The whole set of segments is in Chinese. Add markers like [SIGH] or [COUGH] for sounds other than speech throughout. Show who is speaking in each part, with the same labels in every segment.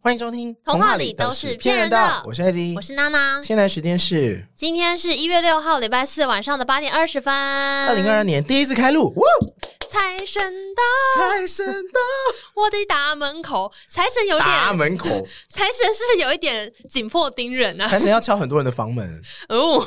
Speaker 1: 欢迎收听《
Speaker 2: 童话里都是骗人的
Speaker 1: 我是艾迪，
Speaker 2: 我是娜娜，
Speaker 1: 现在时间是
Speaker 2: 今天是一月六号，礼拜四晚上的八点二十分。二
Speaker 1: 二零二二年第一次开录，哇！
Speaker 2: 财神到
Speaker 1: 财神到
Speaker 2: 我的大门口，财神有
Speaker 1: 大
Speaker 2: 点，
Speaker 1: 门口，
Speaker 2: 财神是不是有一点紧迫盯人啊？
Speaker 1: 财神要敲很多人的房门。
Speaker 2: 哦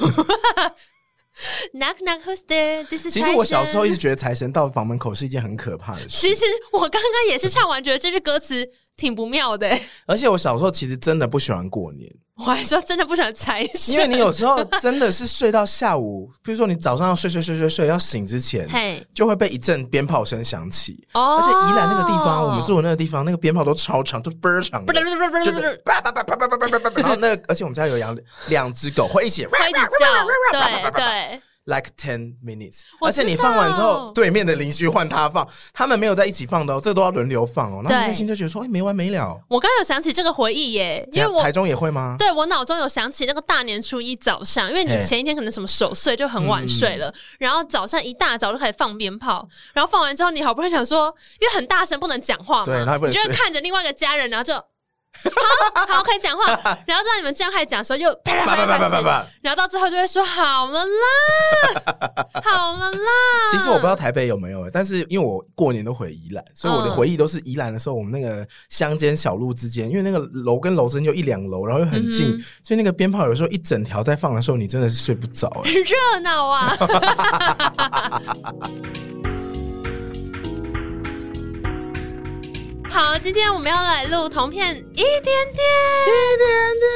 Speaker 2: [LAUGHS] ，knock knock who's there？这是
Speaker 1: 其实我小时候一直，觉得财神到房门口是一件很可怕的
Speaker 2: 其
Speaker 1: 事，
Speaker 2: 实我刚刚也是唱完，觉得这句歌词挺不妙的、
Speaker 1: 而且我小时候其实真的不喜欢过年，
Speaker 2: 我还说真的不想财神，
Speaker 1: 因为你有时候真的是睡到下午，比如说你早上要睡睡睡睡睡，要醒之前
Speaker 2: 嘿
Speaker 1: 就会被一阵鞭炮声响起。
Speaker 2: 哦，
Speaker 1: 而且宜兰那个地方，我们住的那个地方，那个鞭炮都超长，都倍儿长
Speaker 2: 不
Speaker 1: 的
Speaker 2: 不。不不
Speaker 1: 就
Speaker 2: 不不
Speaker 1: 是叭叭叭叭叭叭叭叭叭叭，然后那个而且我们家有养两只狗，会一起
Speaker 2: 会一起叫，对对。
Speaker 1: like ten minutes，
Speaker 2: 我
Speaker 1: 而
Speaker 2: 知道
Speaker 1: 且你放完之后，对面的邻居换他放，他们没有在一起放的哦，这都要轮流放哦。然后
Speaker 2: 对
Speaker 1: 内心就觉得说，哎，没完没了。
Speaker 2: 我刚刚有想起这个回忆耶，
Speaker 1: 怎
Speaker 2: 因为
Speaker 1: 样
Speaker 2: 我
Speaker 1: 台中也会吗？
Speaker 2: 对我脑中有想起那个大年初一早上，因为你
Speaker 1: 嘿
Speaker 2: 前一天可能什么守岁就很晚睡了，然后早上一大早就开始放鞭炮，然后放完之后你好不容易想说，因为很大声不能讲话嘛，
Speaker 1: 对然后也不能
Speaker 2: 你就会
Speaker 1: 睡
Speaker 2: 看着另外一个家人，然后 [LAUGHS] 就好好可以讲话，然后知道你们这样开始讲的时候又啪啪
Speaker 1: 叭叭
Speaker 2: 啪
Speaker 1: 叭
Speaker 2: 啪
Speaker 1: 叭叭
Speaker 2: 啪，
Speaker 1: 叭。
Speaker 2: 然后到最后就会说好 [LAUGHS] 了啦，好了啦。
Speaker 1: 其实我不知道台北有没有，但是因为我过年都回宜兰，所以我的
Speaker 2: 嗯
Speaker 1: 回忆都是宜兰的时候，我们那个乡间小路之间，因为那个楼跟楼之间就一两楼，然后又很近，
Speaker 2: 嗯哼
Speaker 1: 所以那个鞭炮有时候一整条在放的时候，你真的是睡不着、哎
Speaker 2: 热
Speaker 1: [LAUGHS]
Speaker 2: 闹啊！好，今天我们要来录同片一点点，一点点。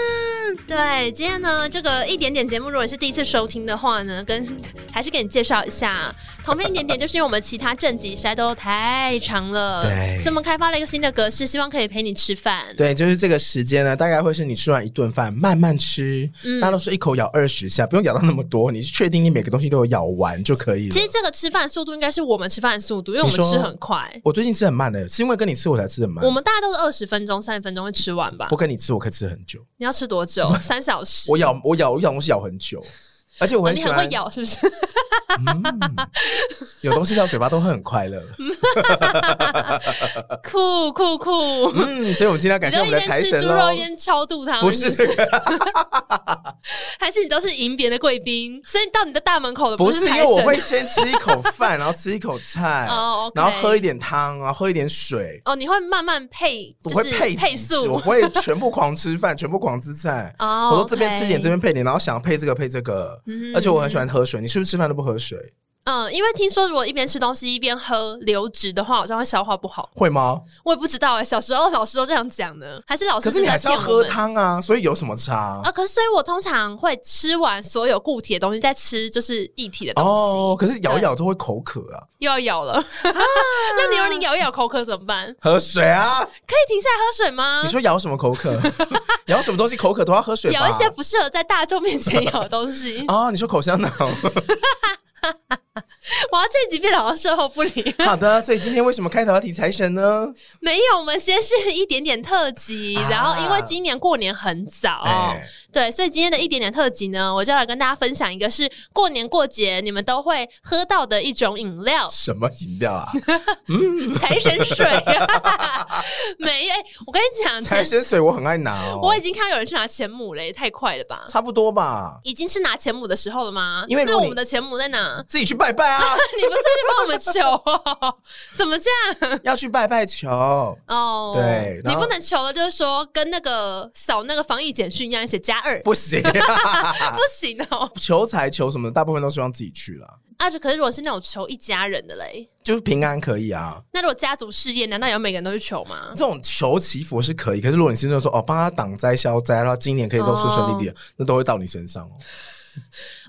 Speaker 2: 对，今天呢，这个一点点节目，如果你是第一次收听的话呢，跟 [LAUGHS] 还是给你介绍一下，同片一点点，就是因为我们其他正集实在都太长了，
Speaker 1: 对
Speaker 2: 所以我们开发了一个新的格式，希望可以陪你吃饭。
Speaker 1: 对，就是这个时间呢，大概会是你吃完一顿饭，慢慢吃，
Speaker 2: 嗯
Speaker 1: 大家都是一口咬二十下，不用咬到那么多，你是确定你每个东西都有咬完就可以了
Speaker 2: 其。实这个吃饭速度应该是我们吃饭的速度，因为我们
Speaker 1: 你说
Speaker 2: 吃很快。
Speaker 1: 我最近吃很慢的，是因为跟你吃我才吃很慢
Speaker 2: 我。们大家都是二十分钟、三十分钟会吃完吧
Speaker 1: 不？跟你吃，我可以吃很久。
Speaker 2: 你要吃多
Speaker 1: [LAUGHS]
Speaker 2: 久？三小时？
Speaker 1: 我咬我咬我咬东西咬很久，而且我
Speaker 2: 哦
Speaker 1: 很
Speaker 2: 你
Speaker 1: 喜
Speaker 2: 很
Speaker 1: 欢、
Speaker 2: 会咬，是不是？
Speaker 1: 有东西到嘴巴都会很快
Speaker 2: [LAUGHS]
Speaker 1: 乐。
Speaker 2: 酷酷酷！
Speaker 1: 嗯，所以我们今天要呃感
Speaker 2: 你
Speaker 1: 谢
Speaker 2: 就
Speaker 1: 我
Speaker 2: 一
Speaker 1: 们的
Speaker 2: 边
Speaker 1: 财
Speaker 2: 吃
Speaker 1: 神
Speaker 2: 猪
Speaker 1: 喽
Speaker 2: 肉一。边超度他们，
Speaker 1: 不是
Speaker 2: 是不是还是你都是迎别的贵宾，所以到你的大门口的
Speaker 1: 不
Speaker 2: 是
Speaker 1: 是，因
Speaker 2: 财
Speaker 1: 为
Speaker 2: 神
Speaker 1: 我会先吃一口饭，然后吃一口菜，
Speaker 2: 哦，OK
Speaker 1: 然后喝一点汤，然后喝一点水，
Speaker 2: 哦，你会慢慢配，
Speaker 1: 我
Speaker 2: 就
Speaker 1: 会
Speaker 2: 是
Speaker 1: 配
Speaker 2: 配
Speaker 1: 几只我
Speaker 2: 速
Speaker 1: 不会全部狂吃饭，全部狂吃菜。
Speaker 2: 哦
Speaker 1: 我都这边吃一点，
Speaker 2: OK
Speaker 1: 这边配一点，然后想配这个配这个。
Speaker 2: 嗯
Speaker 1: 而且我很喜欢喝水，你是不是吃饭都不喝水？
Speaker 2: 嗯，因为听说如果一边吃东西一边喝流质的话，好像会消化不好。
Speaker 1: 会吗？
Speaker 2: 我也不知道哎、小时候老师都这样讲呢，还是老师
Speaker 1: 可是你
Speaker 2: 在
Speaker 1: 还是要
Speaker 2: 骗我
Speaker 1: 喝
Speaker 2: 们
Speaker 1: 汤啊，所以有什么差
Speaker 2: 啊？？可是所以我通常会吃完所有固体的东西，再吃就是液体的东西。
Speaker 1: 哦，可是咬一咬都会口渴啊，
Speaker 2: 又要咬了。 [LAUGHS] 那你说你咬一咬口渴怎么办？
Speaker 1: 喝水啊！
Speaker 2: 可以停下来喝水吗？
Speaker 1: [LAUGHS] 你说咬什么口渴？ [LAUGHS] 咬什么东西口渴都要喝水吧？。
Speaker 2: 咬一些不适合在大众面前咬的东西
Speaker 1: [LAUGHS] 哦，你说口香糖。 [LAUGHS]
Speaker 2: 我要这一集变得好像售后不理。
Speaker 1: 好的，所以今天为什么开头要提财神呢？
Speaker 2: 没有，我们先是一点点特辑，
Speaker 1: 啊
Speaker 2: 然后因为今年过年很早，
Speaker 1: 哎，
Speaker 2: 对，所以今天的一点点特辑呢，我就要来跟大家分享一个是过年过节你们都会喝到的一种饮料
Speaker 1: 什么饮料啊？
Speaker 2: 财神水。 [LAUGHS] 没，哎、我跟你讲，
Speaker 1: 财神水我很爱拿哦，
Speaker 2: [LAUGHS] 我已经看到有人去拿钱母嘞，也太快了吧！
Speaker 1: 差不多吧，
Speaker 2: 已经是拿钱母的时候了吗？
Speaker 1: 因为如
Speaker 2: 那
Speaker 1: 果
Speaker 2: 我
Speaker 1: 你
Speaker 2: 们的钱母在哪？ [LAUGHS]
Speaker 1: 自己去拜拜啊。
Speaker 2: 你不是去帮我们求、哦？怎么这样？
Speaker 1: 要去拜拜球。
Speaker 2: 哦，
Speaker 1: 对然
Speaker 2: 你
Speaker 1: 后
Speaker 2: 不能求了，就是说跟那个扫那个防疫简讯一样，写加二，
Speaker 1: 不行，啊
Speaker 2: 不行哦。
Speaker 1: 求财求什么的，大部分都希望自己去了，
Speaker 2: 啊，就可是如果是那种求一家人的嘞，
Speaker 1: 就是平安可以啊。
Speaker 2: 那如果家族事业，难道有每个人都去求吗
Speaker 1: 这？种求祈福是可以，可是如果你是那种说哦，帮他挡灾消灾，然后今年可以都顺顺
Speaker 2: 哦
Speaker 1: 利利的，那都会到你身上哦，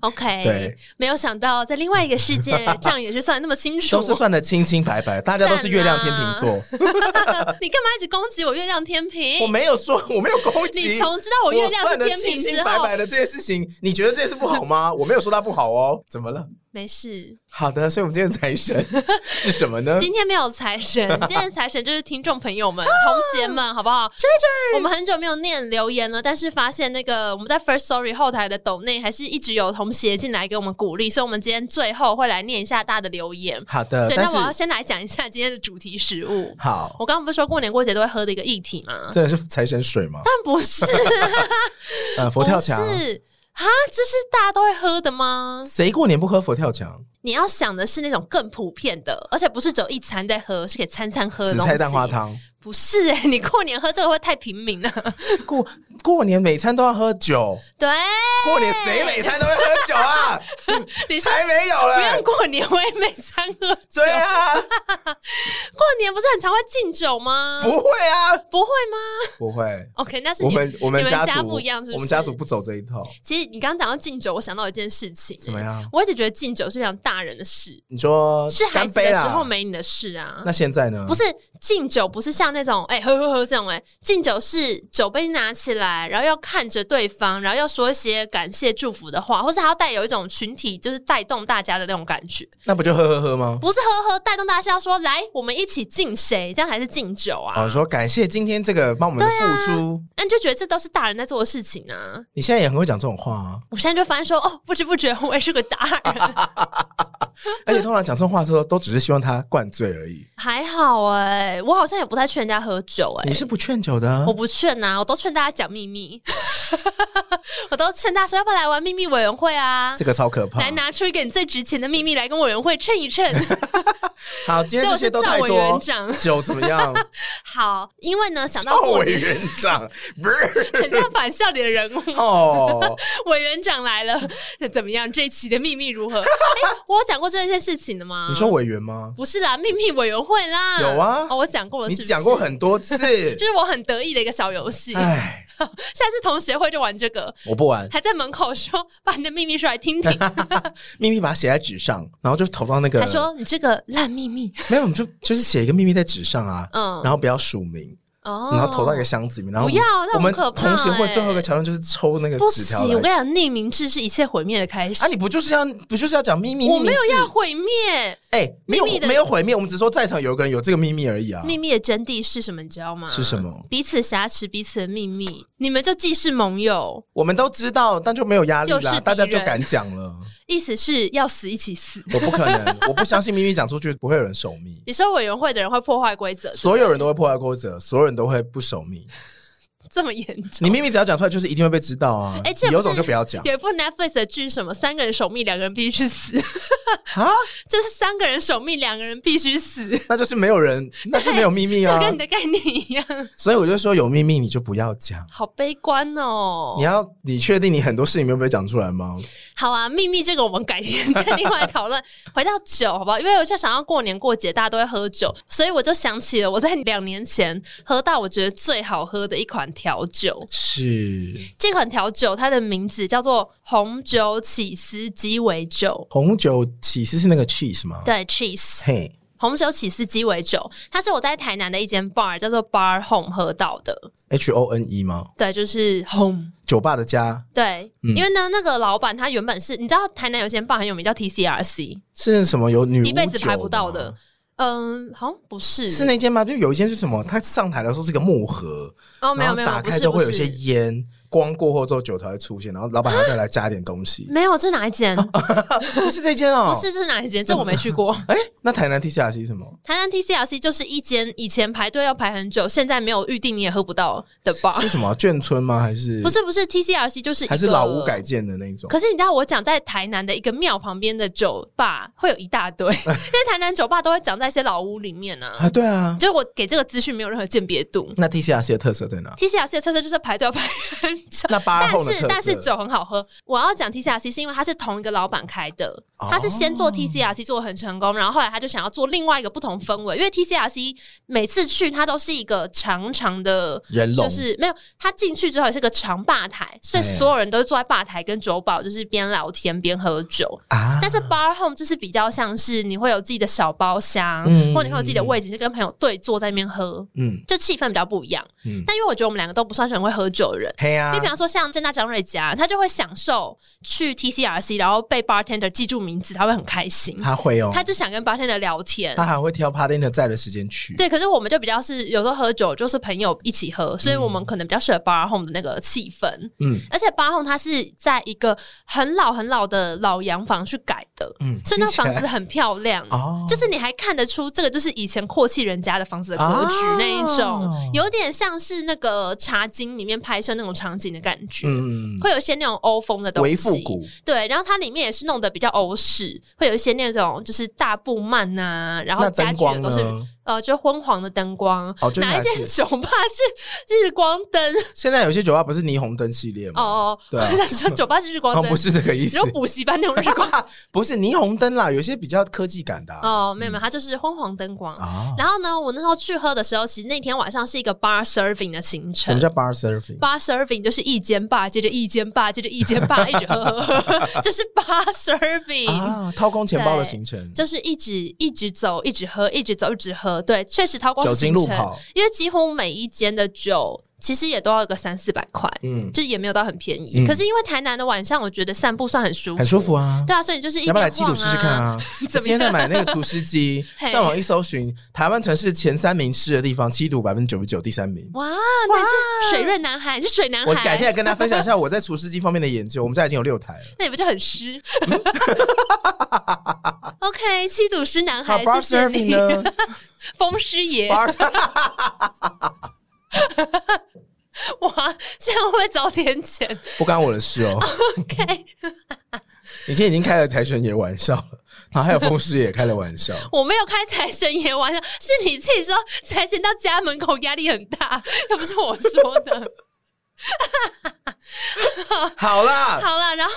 Speaker 2: OK，
Speaker 1: 对
Speaker 2: 没有想到在另外一
Speaker 1: [LAUGHS]
Speaker 2: 个世界，这样也是算得那么清楚。
Speaker 1: 都是算的清清白白，大家都是月亮天秤
Speaker 2: 啊
Speaker 1: 座。
Speaker 2: [LAUGHS] 你干嘛一直攻击我月亮天平？
Speaker 1: 我没有说，我没有攻击，
Speaker 2: 你从知道我月亮是
Speaker 1: 算的
Speaker 2: 天
Speaker 1: 清
Speaker 2: 平
Speaker 1: 清
Speaker 2: 之
Speaker 1: 白
Speaker 2: 后， [LAUGHS]
Speaker 1: 白的这件事情，你觉得这件事不好吗？我没有说它不好哦，怎么了？
Speaker 2: 没事。
Speaker 1: 好的，所以我们今天的财神是什么呢？
Speaker 2: 今天没有
Speaker 1: [LAUGHS]
Speaker 2: 财神，今天的财神就是听众朋友们、同学们，好不好？我们很久没有念留言了，但是发现那个我们在 First Story 后台的抖内还是一直有同学进来给我们鼓励，所以我们今天最后会来念一下大家的留言。
Speaker 1: 好的，
Speaker 2: 对，
Speaker 1: 呃但
Speaker 2: 那
Speaker 1: 是
Speaker 2: 我要先来讲一下今天的主题食物。
Speaker 1: 好，
Speaker 2: 我刚刚不是说过年过节都会喝的一个议题吗？
Speaker 1: 真的是财神水吗？
Speaker 2: 但
Speaker 1: [LAUGHS]
Speaker 2: 不是，
Speaker 1: 呃，佛跳墙
Speaker 2: 不，是啊，这是大家都会喝的吗？
Speaker 1: 谁过年不喝佛跳墙？
Speaker 2: 你要想的是那种更普遍的，而且不是只有一餐在喝，是可以餐餐喝的
Speaker 1: 紫
Speaker 2: 东西。
Speaker 1: 菜蛋花汤，
Speaker 2: 不是 [LAUGHS] 哎、你过年喝这个会太平民了。
Speaker 1: 过过年每餐都要喝酒，
Speaker 2: 对，
Speaker 1: 过年谁每餐都会喝酒
Speaker 2: [LAUGHS]
Speaker 1: 啊？
Speaker 2: 你说
Speaker 1: 才没有
Speaker 2: 不用
Speaker 1: 嘞！
Speaker 2: 过年，我也每餐喝酒。
Speaker 1: 对啊，
Speaker 2: 过年不是很常会敬酒吗？
Speaker 1: 不会啊，
Speaker 2: [LAUGHS] 不会吗
Speaker 1: 不会。
Speaker 2: ？OK，那是
Speaker 1: 我
Speaker 2: 你
Speaker 1: 们我们
Speaker 2: 你们
Speaker 1: 家
Speaker 2: 家
Speaker 1: 族
Speaker 2: 不一样是不是
Speaker 1: 我们家族不走这一套。
Speaker 2: 其实你刚刚讲到敬酒，我想到一件事情、
Speaker 1: 怎么？样？
Speaker 2: 我一直觉得敬酒是非常大人的事，
Speaker 1: 你说
Speaker 2: 是孩
Speaker 1: 干
Speaker 2: 子
Speaker 1: 杯
Speaker 2: 的时候
Speaker 1: 啦？
Speaker 2: 没你的事啊。
Speaker 1: 那现在呢？
Speaker 2: 不是敬酒，不是像那种哎、喝喝喝这种哎、敬酒是酒杯拿起来，然后要看着对方，然后要说一些感谢祝福的话，或是还要带有一种群体就是带动大家的那种感觉，
Speaker 1: 那不就喝喝喝吗？
Speaker 2: 不是呵呵带动大家是要说来我们一起敬谁，这样才是啊敬酒啊
Speaker 1: 哦，。说感谢今天这个帮我们的付出。
Speaker 2: 那、你就觉得这都是大人在做的事情啊。
Speaker 1: 你现在也很会讲这种话啊，
Speaker 2: 我现在就发现说哦，不知不觉我也是个大人，
Speaker 1: 而且通常讲这种话的时候，都只是希望他灌醉而已。
Speaker 2: 还好哎、我好像也不太劝人家喝酒哎、
Speaker 1: 你是不劝酒的啊
Speaker 2: 我，不劝呐、我都劝大家讲秘密，我都劝大家说要不要来玩秘密委员会啊
Speaker 1: 这，个超可怕
Speaker 2: 来。拿出一个你最值钱的秘密来跟委员会称一称。
Speaker 1: 好，今天这些都太
Speaker 2: 所以我是赵委
Speaker 1: 多
Speaker 2: 员长。
Speaker 1: 酒怎么样？
Speaker 2: 好，因为呢想到
Speaker 1: 赵
Speaker 2: 过
Speaker 1: 哦委
Speaker 2: 年，
Speaker 1: 员长， [LAUGHS] 不是
Speaker 2: 很像反校里的人物，
Speaker 1: 哦，
Speaker 2: [LAUGHS] 委员长
Speaker 1: [LAUGHS]
Speaker 2: 来了，怎么样？这一期的秘密如何？哎，我有讲过这件事情的吗？
Speaker 1: 你说委员吗？
Speaker 2: 不是啦，秘密委员会啦，
Speaker 1: 有啊
Speaker 2: 哦，我讲过了，
Speaker 1: 你
Speaker 2: 是不是
Speaker 1: 讲过。很多次，
Speaker 2: [LAUGHS] 就是我很得意的一个小游戏，下
Speaker 1: 哎，
Speaker 2: 次同学会就玩这个，
Speaker 1: 我不玩，
Speaker 2: 还在门口说把你的秘密说来听
Speaker 1: [LAUGHS]
Speaker 2: 听。
Speaker 1: 秘密把它写在纸上，然后就投到那个。
Speaker 2: 他说：“你这个烂秘密
Speaker 1: 没有，我们就就是写一个秘密在纸上啊，
Speaker 2: 嗯
Speaker 1: 然后不要署名，
Speaker 2: 哦，
Speaker 1: 然后投到一个箱子里面，然后
Speaker 2: 不要那
Speaker 1: 我们
Speaker 2: 很可怕
Speaker 1: 同学会
Speaker 2: 欸
Speaker 1: 最后一个桥段就是抽那个
Speaker 2: 不
Speaker 1: 纸
Speaker 2: 行！
Speaker 1: 条
Speaker 2: 我跟你
Speaker 1: 来。
Speaker 2: 讲，匿名制是一切毁灭的开始。
Speaker 1: 啊，你不就是要不就是要讲秘密？
Speaker 2: 我没
Speaker 1: 秘
Speaker 2: 有
Speaker 1: 密字
Speaker 2: 要毁灭
Speaker 1: 哎，没有
Speaker 2: 秘密的
Speaker 1: 没有毁灭，我们只说在场有个人有这个秘密而已啊。
Speaker 2: 秘密的真谛是什么？你知道吗？
Speaker 1: 是什么？
Speaker 2: 彼此挟持彼此的秘密，你们就既是盟友，
Speaker 1: 我们都知道，但就没有压力
Speaker 2: 就是敌
Speaker 1: 啦，
Speaker 2: 人
Speaker 1: 大家就敢讲了。
Speaker 2: 意思是要死一起死。
Speaker 1: 我不可能，我不相信秘密讲出去不会有人守密。
Speaker 2: 你说委员会的人会破坏规则，
Speaker 1: 所有人都会破坏规则，所有人都会不守密。
Speaker 2: 哦这么严重？
Speaker 1: 你秘密只要讲出来，就是一定会被知道啊。
Speaker 2: 哎这不是
Speaker 1: 你有种就不要讲
Speaker 2: 有一部 Netflix 的剧，什么三个人守密，两个人必须死， [LAUGHS]
Speaker 1: 啊，
Speaker 2: 就是三个人守密，两个人必须死，
Speaker 1: 那就是没有
Speaker 2: [LAUGHS]
Speaker 1: 人，那就没有秘密
Speaker 2: 就
Speaker 1: 啊。
Speaker 2: 跟你的概念一样，
Speaker 1: 所以我就说，有秘密你就不要讲。
Speaker 2: 好悲观哦。
Speaker 1: 你要，你确定你很多事情没有被讲出来吗？
Speaker 2: 好啊，秘密这个我们改天 [LAUGHS] 再另外讨论。回到酒，好不好？因为我就想要过年过节大家都会喝酒，所以我就想起了我在两年前喝到我觉得最好喝的一款调酒。
Speaker 1: 是
Speaker 2: 这款调酒它的名字叫做红酒起司鸡尾酒。
Speaker 1: 红酒起司是那个 cheese 吗？
Speaker 2: 对，cheese
Speaker 1: 嘿，
Speaker 2: 红酒起司鸡尾酒，它是我在台南的一间 bar 叫做 Bar Home 喝到的。
Speaker 1: H O N E 吗？
Speaker 2: 对，就是 Home。
Speaker 1: 酒吧的家
Speaker 2: 对，
Speaker 1: 嗯
Speaker 2: 因为呢，那个老板他原本是，你知道台南有一间 bar 很有名叫 TCRC，
Speaker 1: 是什么？有女巫
Speaker 2: 一辈子
Speaker 1: 酒
Speaker 2: 排不到
Speaker 1: 吗
Speaker 2: 的。嗯，好像不是，
Speaker 1: 是那间吗？就有一间是什么？它上台的时候是个木盒，
Speaker 2: 哦，没
Speaker 1: 然
Speaker 2: 有
Speaker 1: 后
Speaker 2: 没有，
Speaker 1: 打
Speaker 2: 不
Speaker 1: 开
Speaker 2: 是
Speaker 1: 就
Speaker 2: 不
Speaker 1: 会有一
Speaker 2: 是
Speaker 1: 些烟，光过后之后酒才会出现，然后老板还会再来加点东西。
Speaker 2: 没有，这是哪一间？
Speaker 1: 哦不是这间哦，
Speaker 2: 不是，这是哪一间？这我没去过。
Speaker 1: 哎、那台南 T C R C 什么？
Speaker 2: [LAUGHS] 台南 TCRC 就是一间以前排队要排很久，现在没有预定你也喝不到的吧？
Speaker 1: 是什么眷村吗？还是
Speaker 2: 不？是不是，TCRC 就是一
Speaker 1: 还是
Speaker 2: 个
Speaker 1: 老屋改。建的那种？
Speaker 2: 可是你知道我讲在台南的一个庙旁边的酒吧会有一
Speaker 1: [LAUGHS]
Speaker 2: 大堆，因为台南酒吧都会讲在一些老屋里面呢、啊。
Speaker 1: 啊，对啊。
Speaker 2: 就我给这个资讯没有任何鉴别度。
Speaker 1: 那 T C R C 的特色在哪？
Speaker 2: TCRC 的特色就是排队要排很
Speaker 1: [LAUGHS]
Speaker 2: 久，
Speaker 1: 那八
Speaker 2: 但
Speaker 1: 后的特
Speaker 2: 是
Speaker 1: 色，
Speaker 2: 但是酒很好喝。我要讲 TCRC 是因为它是同一个老板开的，
Speaker 1: 哦
Speaker 2: 他是先做 TCRC 做的很成功，然后后来他就想要做另外一个不同氛围，因为 TCRC 每次去它都是一个长长的。
Speaker 1: 人龙
Speaker 2: 就是没有，他进去之后也是个长吧台，所以
Speaker 1: 哎
Speaker 2: 所有人都是坐在吧台跟酒保，就是边聊天边喝酒。
Speaker 1: 啊
Speaker 2: 但是 bar home 就是比较像是你会有自己的小包厢，
Speaker 1: 嗯
Speaker 2: 或你会有自己的位置，就跟朋友对坐在那边喝，
Speaker 1: 嗯
Speaker 2: 就气氛比较不一样。
Speaker 1: 嗯，
Speaker 2: 但因为我觉得我们两个都不算是很会喝酒的人，
Speaker 1: 嘿呀、
Speaker 2: 就
Speaker 1: 啊
Speaker 2: 比，方说像正大张瑞佳，他就会享受去 TCRC，然后被 bartender 记住名字，他会很开心，
Speaker 1: 他会哦，
Speaker 2: 他就想跟 bartender 聊天
Speaker 1: 他。还会挑 partner 在的时间去。
Speaker 2: 对，可是我们就比较是有时候喝酒就是朋友一起喝，所以我们可能比较适合 bar home 的那个气氛。
Speaker 1: 嗯
Speaker 2: 而且 bar home 它是在一个很老很老的老洋房去改的，
Speaker 1: 嗯，
Speaker 2: 所以那
Speaker 1: 听起来
Speaker 2: 房子很漂亮。
Speaker 1: 哦，
Speaker 2: 就是你还看得出这个就是以前阔气人家的房子的格局
Speaker 1: 哦
Speaker 2: 那一种，有点像是那个茶经里面拍摄那种场景的感觉，
Speaker 1: 嗯，
Speaker 2: 会有一些那种欧风的东西。
Speaker 1: 为复古，
Speaker 2: 对，然后它里面也是弄得比较欧式，会有一些那种就是大布幔呐、然后
Speaker 1: 那
Speaker 2: 家
Speaker 1: 灯
Speaker 2: 具也
Speaker 1: 光
Speaker 2: 都
Speaker 1: 呢？
Speaker 2: 是呃，就昏黄的灯光。
Speaker 1: 哦，就
Speaker 2: 哪一
Speaker 1: 是
Speaker 2: 间酒吧是日光灯？
Speaker 1: 现在有些酒吧不是霓虹灯系列
Speaker 2: 哦
Speaker 1: 吗？
Speaker 2: 哦，
Speaker 1: [LAUGHS] 对啊
Speaker 2: 我想说酒吧是日光
Speaker 1: 哦，
Speaker 2: 灯，
Speaker 1: 不是这个意思
Speaker 2: 只有，补习班那种日光。
Speaker 1: [LAUGHS] 不是霓虹灯啦，有些比较科技感的啊
Speaker 2: 哦，没有没有，它就是昏黄灯光。
Speaker 1: 啊。
Speaker 2: 然后呢，我那时候去喝的时候，其实那天晚上是一个 bar serving 的行
Speaker 1: 什
Speaker 2: 程
Speaker 1: 么。叫 bar surfing？
Speaker 2: bar serving 就是一间 bar 接着一间 bar 接着一间 bar 一直喝 [LAUGHS] 喝喝喝，就是 bar serving。
Speaker 1: 啊，掏空钱包的行程，
Speaker 2: 就是一直一直走，一直喝，一直走，一直喝。对，确实掏光
Speaker 1: 酒
Speaker 2: 行
Speaker 1: 精
Speaker 2: 程
Speaker 1: 路，跑，
Speaker 2: 因为几乎每一间的酒其实也都要个三四百块，
Speaker 1: 嗯，
Speaker 2: 就也没有到很便宜。
Speaker 1: 嗯
Speaker 2: 可是因为台南的晚上，我觉得散步算很舒服，
Speaker 1: 很舒服啊。
Speaker 2: 对啊，所以你就是一
Speaker 1: 要
Speaker 2: 边
Speaker 1: 不要来
Speaker 2: 晃
Speaker 1: 基鲁试试看 [LAUGHS] 啊？我今
Speaker 2: 怎么
Speaker 1: 天
Speaker 2: 样，
Speaker 1: 在买那个除湿机
Speaker 2: [LAUGHS] 嘿
Speaker 1: 上网一搜寻，台湾城市前三名湿的地方，七度百分之九十九，第三
Speaker 2: [LAUGHS]
Speaker 1: 名。
Speaker 2: 哇，那是水润男孩，是水男孩，
Speaker 1: 我改天来跟大家分享一下我在除湿机方面的研究。我们家已经有六台了。
Speaker 2: 那你不就很湿
Speaker 1: 嗯
Speaker 2: ？OK，七度湿男
Speaker 1: 好
Speaker 2: 孩，
Speaker 1: ，bar
Speaker 2: 谢谢
Speaker 1: serving
Speaker 2: 你， [LAUGHS]
Speaker 1: 呢
Speaker 2: 风师爷，哇，
Speaker 1: ？bar
Speaker 2: [LAUGHS]
Speaker 1: [LAUGHS]
Speaker 2: 这样会不会早点剪
Speaker 1: 不干我的事
Speaker 2: [LAUGHS]
Speaker 1: 哦。
Speaker 2: ？OK，
Speaker 1: 你今天已经开了财神爷玩笑了，然后还有风师爷开了玩
Speaker 2: [LAUGHS]
Speaker 1: 笑。
Speaker 2: 我没有开财神爷玩笑，是你自己说财神到家门口压力很大，又不是我说的。
Speaker 1: 好啦，
Speaker 2: 好了，然后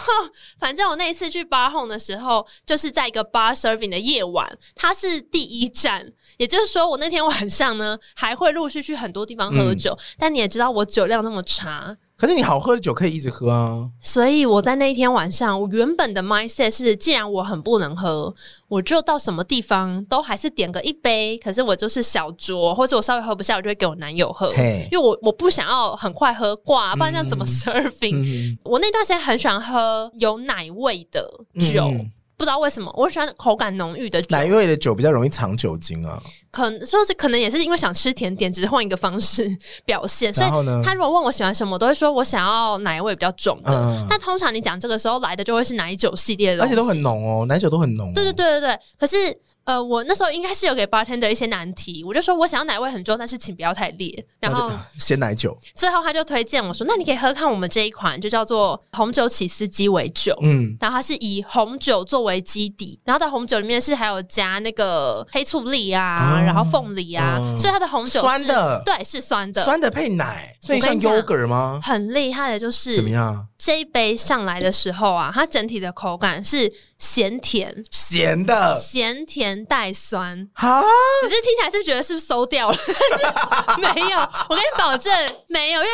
Speaker 2: 反正我那一次去 bar home 的时候，就是在一个 bar serving 的夜晚，它是第一站。也就是说，我那天晚上呢，还会陆续去很多地方喝酒。
Speaker 1: 嗯
Speaker 2: 但你也知道，我酒量那么差，
Speaker 1: 可是你好喝的酒可以一直喝啊。
Speaker 2: 所以我在那一天晚上，我原本的 mindset 是，既然我很不能喝，我就到什么地方都还是点个一杯，可是我就是小酌，或者我稍微喝不下，我就会给我男友喝，
Speaker 1: 嘿
Speaker 2: 因为我我不想要很快喝挂，不然这样怎么
Speaker 1: 嗯
Speaker 2: serving？、
Speaker 1: 嗯，
Speaker 2: 我那段时间很喜欢喝有奶味的酒。
Speaker 1: 嗯
Speaker 2: 不知道为什么，我喜欢口感浓郁的酒
Speaker 1: 奶，味的酒比较容易藏酒精啊。
Speaker 2: 可能就是可能也是因为想吃甜点，只是换一个方式表现。所以
Speaker 1: 然后呢
Speaker 2: 他如果问我喜欢什么，我都会说我想要奶味比较重的。
Speaker 1: 嗯，
Speaker 2: 但通常你讲这个时候来的就会是奶酒系列的，
Speaker 1: 而且都很。浓哦，奶酒都很浓、哦。
Speaker 2: 对对对对对。可是呃，我那时候应该是有给 bartender 一些难题，我就说我想要奶味很重，但是请不要太烈。
Speaker 1: 那
Speaker 2: 然
Speaker 1: 就，啊 [LAUGHS]
Speaker 2: 后
Speaker 1: 鲜奶酒，
Speaker 2: 最后他就推荐我说，那你可以喝看我们这一款，就叫做红酒起司鸡尾酒。
Speaker 1: 嗯，
Speaker 2: 然后它是以红酒作为基底，然后在红酒里面是还有加那个黑醋栗啊，
Speaker 1: 啊
Speaker 2: 然后凤梨啊，
Speaker 1: 嗯
Speaker 2: 所以它的红酒是
Speaker 1: 酸的
Speaker 2: 对，是酸的，
Speaker 1: 酸的配奶，所以
Speaker 2: 我跟
Speaker 1: 像
Speaker 2: 你讲
Speaker 1: yogurt 吗？
Speaker 2: 很厉害的就是
Speaker 1: 怎么样？
Speaker 2: 这一杯上来的时候啊，它整体的口感是咸甜，
Speaker 1: 咸的
Speaker 2: 咸甜带酸。
Speaker 1: 哈，
Speaker 2: 可是听起来是不是觉得是不是馊掉了？ [LAUGHS] 但是没有，我跟你保证没有，因为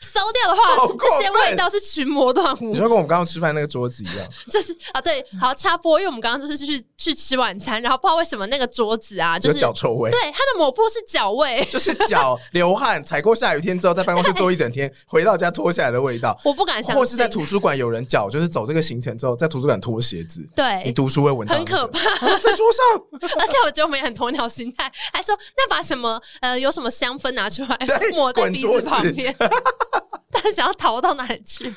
Speaker 2: 馊掉的
Speaker 1: 好
Speaker 2: 话，
Speaker 1: 过
Speaker 2: 这些
Speaker 1: 分
Speaker 2: 味道是群魔乱舞
Speaker 1: 你。说跟我们刚刚吃饭那个桌子一样，
Speaker 2: [LAUGHS] 就是啊，对，好插播，因为我们刚刚就是去去吃晚餐，然后不知道为什么那个桌子啊，就是
Speaker 1: 有脚臭味
Speaker 2: 对。它的抹布是脚味，
Speaker 1: [LAUGHS] 就是脚流汗，踩过下雨天之后，在办公室坐一整
Speaker 2: [LAUGHS]
Speaker 1: 天，回到家脱下来的味道，
Speaker 2: 我不敢相信，
Speaker 1: 或是在图书馆有人脚就是走这个行程之后，在图书馆脱鞋子，你
Speaker 2: 对。
Speaker 1: 读书会闻到、
Speaker 2: 很可怕，
Speaker 1: 怕，在桌上，
Speaker 2: 而且我觉得我们也很鸵鸟心态，还说那把什么呃有什么香氛拿出来
Speaker 1: 对
Speaker 2: 抹在
Speaker 1: 滚
Speaker 2: 鼻
Speaker 1: 桌
Speaker 2: 子
Speaker 1: 子
Speaker 2: 旁边， [LAUGHS] 但想要逃到哪里去？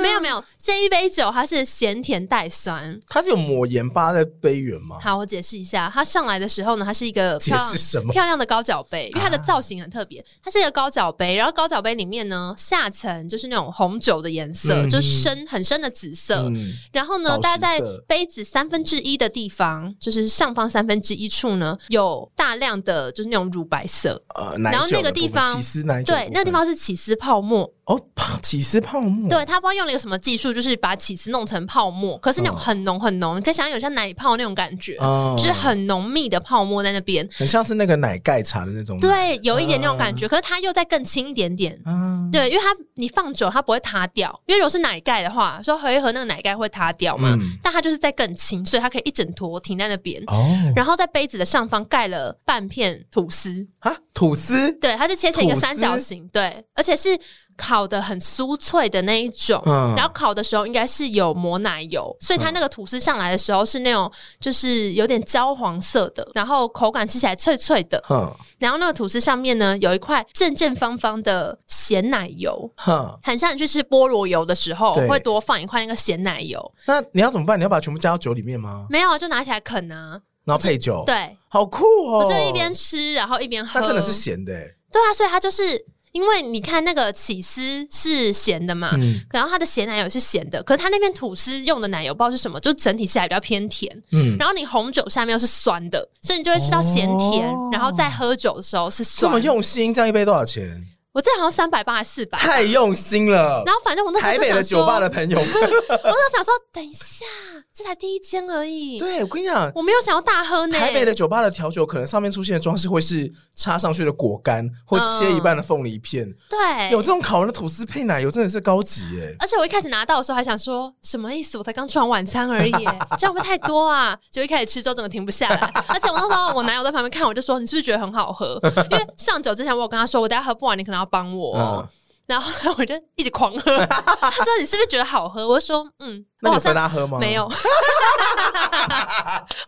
Speaker 2: 没有没有，这一杯酒它是咸甜带酸。
Speaker 1: 它是有抹盐巴在杯缘吗？
Speaker 2: 好，我解释一下，它上来的时候呢，它是一个
Speaker 1: 解
Speaker 2: 漂亮
Speaker 1: 释什么？
Speaker 2: 漂亮的高脚杯，因为它
Speaker 1: 啊
Speaker 2: 的造型很特别，它是一个高脚杯，然后高脚杯里面呢，下层就是那种红酒的颜色，
Speaker 1: 嗯
Speaker 2: 就是深很深的紫色。
Speaker 1: 嗯，
Speaker 2: 然后
Speaker 1: 宝
Speaker 2: 呢，
Speaker 1: 石色
Speaker 2: 大概在杯子三分之一的地方，就是上方三分之一处呢，有大量的就是那种乳白色。
Speaker 1: 呃，奶
Speaker 2: 然后
Speaker 1: 酒
Speaker 2: 那个
Speaker 1: 的部
Speaker 2: 地
Speaker 1: 分
Speaker 2: 方
Speaker 1: 起司奶酒的
Speaker 2: 对，那个地
Speaker 1: 部分嗯
Speaker 2: 方是起司泡沫。
Speaker 1: 哦，泡起司泡沫，
Speaker 2: 对，他不知道用了一个什么技术，就是把起司弄成泡沫，可是那种
Speaker 1: 嗯
Speaker 2: 很浓很浓，你可以想象有像奶泡那种感觉，
Speaker 1: 哦，
Speaker 2: 就是很浓密的泡沫在那边。
Speaker 1: 很像是那个奶盖茶的那种，，
Speaker 2: 对，有一点那种感
Speaker 1: 嗯
Speaker 2: 觉，可是它又再更轻一点点。
Speaker 1: 啊，
Speaker 2: 对，因为它你放久它不会塌掉，因为如果是奶盖的话，说喝一喝那个奶盖会塌掉嘛，
Speaker 1: 嗯
Speaker 2: 但它就是在更轻，所以它可以一整坨停在那边。
Speaker 1: 哦，
Speaker 2: 然后在杯子的上方盖了半片吐司，
Speaker 1: 啊，吐司，
Speaker 2: 对，它是切成一个
Speaker 1: 吐司
Speaker 2: 三角形，对，而且是烤的很酥脆的那一种。
Speaker 1: 嗯
Speaker 2: 然后烤的时候应该是有抹奶油，所以它那个吐司上来的时候是那种就是有点焦黄色的，然后口感吃起来脆脆的。
Speaker 1: 哼
Speaker 2: 然后那个吐司上面呢有一块正正方方的咸奶油。
Speaker 1: 哼，
Speaker 2: 很像你去吃菠萝油的时候，
Speaker 1: 对
Speaker 2: 会多放一块那个咸奶油。
Speaker 1: 那你要怎么办？你要把它全部加到酒里面吗？
Speaker 2: 没有啊，就拿起来啃啊。
Speaker 1: 然后配酒，，
Speaker 2: 对，
Speaker 1: 好酷哦！
Speaker 2: 我就一边，吃，然后一边喝。
Speaker 1: 它真的是咸的欸，
Speaker 2: 对啊，所以它就是因为你看那个起司是咸的嘛，
Speaker 1: 嗯
Speaker 2: 然后它的咸奶油是咸的，可是它那边吐司用的奶油不知道是什么，就整体吃起来比较偏甜。
Speaker 1: 嗯，
Speaker 2: 然后你红酒下面又是酸的，所以你就会吃到咸甜，
Speaker 1: 哦
Speaker 2: 然后再喝酒的时候是
Speaker 1: 这
Speaker 2: 酸。
Speaker 1: 么？用心，这样一杯多少钱？
Speaker 2: 我记得好像三百八还
Speaker 1: [LAUGHS]
Speaker 2: 是四百。
Speaker 1: 太用心了。
Speaker 2: 然后反正我那时候
Speaker 1: 台
Speaker 2: 就
Speaker 1: 北
Speaker 2: 想
Speaker 1: 的酒吧
Speaker 2: 说，
Speaker 1: 的朋友们，
Speaker 2: 我就想说，等一下，这才第一间而
Speaker 1: [LAUGHS]
Speaker 2: 已，
Speaker 1: 对我跟你讲，
Speaker 2: 我没有想要大喝呢。
Speaker 1: 台北的酒吧的调酒，可能上面出现的装饰会是插上去的果干，或切一半的凤梨片。
Speaker 2: 对，
Speaker 1: 有这种烤人的吐司配奶油，真的是高级耶！
Speaker 2: 而且我一开始拿到的时候还想说什么意思？我才刚吃完晚
Speaker 1: [LAUGHS]
Speaker 2: 餐而已耶，这样会不会太多啊？就一开始吃之后整个停不下来。而且我那时候我男友在旁边看，我就说你是不是觉得很好喝？
Speaker 1: [LAUGHS]
Speaker 2: 因为上酒之前我有跟他说，我等一下喝不完，你可能要帮我哦。
Speaker 1: 嗯，
Speaker 2: 然后我就一直狂喝，
Speaker 1: [LAUGHS]
Speaker 2: 他说你是不是觉得好喝？我就说嗯，我
Speaker 1: 那
Speaker 2: 好
Speaker 1: 你分
Speaker 2: 像
Speaker 1: 他喝吗？
Speaker 2: 没有。 [LAUGHS]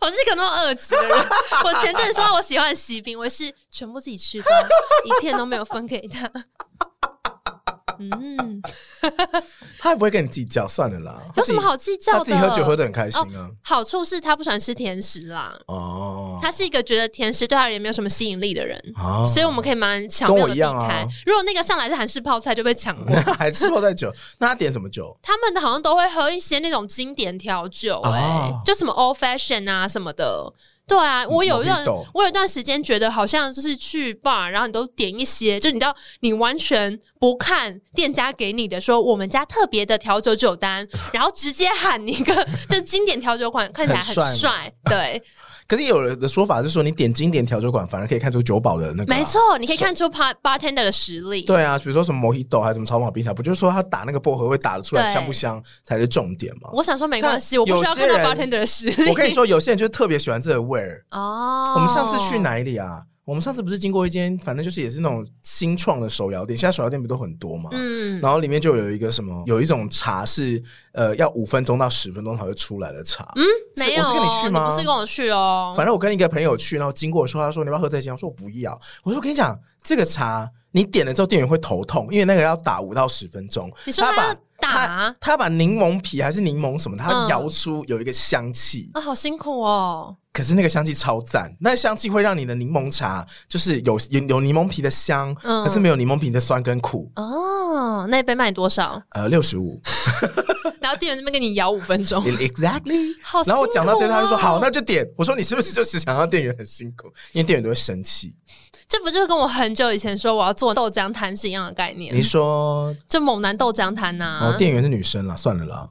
Speaker 2: 我是一个那么恶质的人。我前阵子说我喜欢的喜饼，我也是全部自己吃光，一片都没有分给他。 [LAUGHS] 嗯，
Speaker 1: 他也不会跟你计较，算了啦。
Speaker 2: 有什么好计较
Speaker 1: 他
Speaker 2: 的？
Speaker 1: 自己喝酒喝的很开心啊。
Speaker 2: 好处是他不喜欢吃甜食啦，
Speaker 1: 哦，
Speaker 2: 他是一个觉得甜食对他而言没有什么吸引力的人，
Speaker 1: 哦
Speaker 2: 所以我们可以蛮巧妙
Speaker 1: 跟我
Speaker 2: 的
Speaker 1: 一
Speaker 2: 避开。
Speaker 1: 样啊
Speaker 2: 如果那个上来是韩式泡菜，就被抢过。
Speaker 1: [LAUGHS] 还吃泡菜酒，那他点什么酒？
Speaker 2: 他们好像都会喝一些那种经典调酒、欸，
Speaker 1: 哦
Speaker 2: 就什么 old fashion 啊什么的。对啊，
Speaker 1: 嗯
Speaker 2: 我有一段
Speaker 1: Mojito
Speaker 2: 我有一段时间觉得好像就是去 bar，然后你都点一些，就你知道你完全不看店家给你的说我们家特别的调酒
Speaker 1: [LAUGHS]
Speaker 2: 酒单，然后直接喊一个就经典调酒款，看起来很
Speaker 1: 很帅吗
Speaker 2: 帅，
Speaker 1: [LAUGHS]
Speaker 2: 对，
Speaker 1: 可是有人的说法是说，你点经典调酒馆，反而可以看出酒保的那个、啊
Speaker 2: 没。错，你可以看出 bar bartender 的实力。
Speaker 1: 对啊，比如说什么 Mojito 还是什么草莓冰茶，不就是说他打那个薄荷会打得出来
Speaker 2: 对
Speaker 1: 香不香才是重点吗？
Speaker 2: 我想说没关系，
Speaker 1: 但
Speaker 2: 我不需要
Speaker 1: 有些
Speaker 2: 看到
Speaker 1: 人
Speaker 2: bartender 的实力。
Speaker 1: 我跟你说，有些人就特别喜欢这个味儿。
Speaker 2: 哦，
Speaker 1: 我们上次去？哪里啊？我们上次不是经过一间，反正就是也是那种新创的手摇店，现在手摇店不都很多嘛。
Speaker 2: 嗯，
Speaker 1: 然后里面就有一个什么，有一种茶是呃要五分钟到十分钟才会出来的茶。嗯，
Speaker 2: 没有
Speaker 1: 我是跟
Speaker 2: 哦，
Speaker 1: 你去
Speaker 2: 你
Speaker 1: 吗？
Speaker 2: 不是跟我去哦。
Speaker 1: 反正我跟一个朋友去，然后经过的时候，他说你要不要喝这间？我说我不要。我说我跟你讲，这个茶你点了之后，店员会头痛，因为那个要打五到十分钟。
Speaker 2: 你说他
Speaker 1: 把
Speaker 2: 要打啊
Speaker 1: 他他把柠檬皮还是柠檬什么，他
Speaker 2: 嗯
Speaker 1: 摇出有一个香气，
Speaker 2: 啊，好辛苦哦。
Speaker 1: 可是那个香气超赞，那香气会让你的柠檬茶就是有有有柠檬皮的香，
Speaker 2: 嗯
Speaker 1: 可是没有柠檬皮的酸跟苦。
Speaker 2: 哦，那一杯卖你
Speaker 1: [LAUGHS]
Speaker 2: 多少？
Speaker 1: 呃，六十五
Speaker 2: 然后店员那边跟你摇五分钟，
Speaker 1: ，exactly。
Speaker 2: 哦好辛苦哦。
Speaker 1: 然后我讲到这个，他就说好，那就点。我说你是不是就是想让店员很辛苦？因为店员都会生气。
Speaker 2: 这不就是跟我很久以前说我要做豆浆摊是一样的概念
Speaker 1: 你？说
Speaker 2: 就猛男豆浆摊
Speaker 1: 哦
Speaker 2: 呐，，
Speaker 1: 店员是女生啦，算了啦。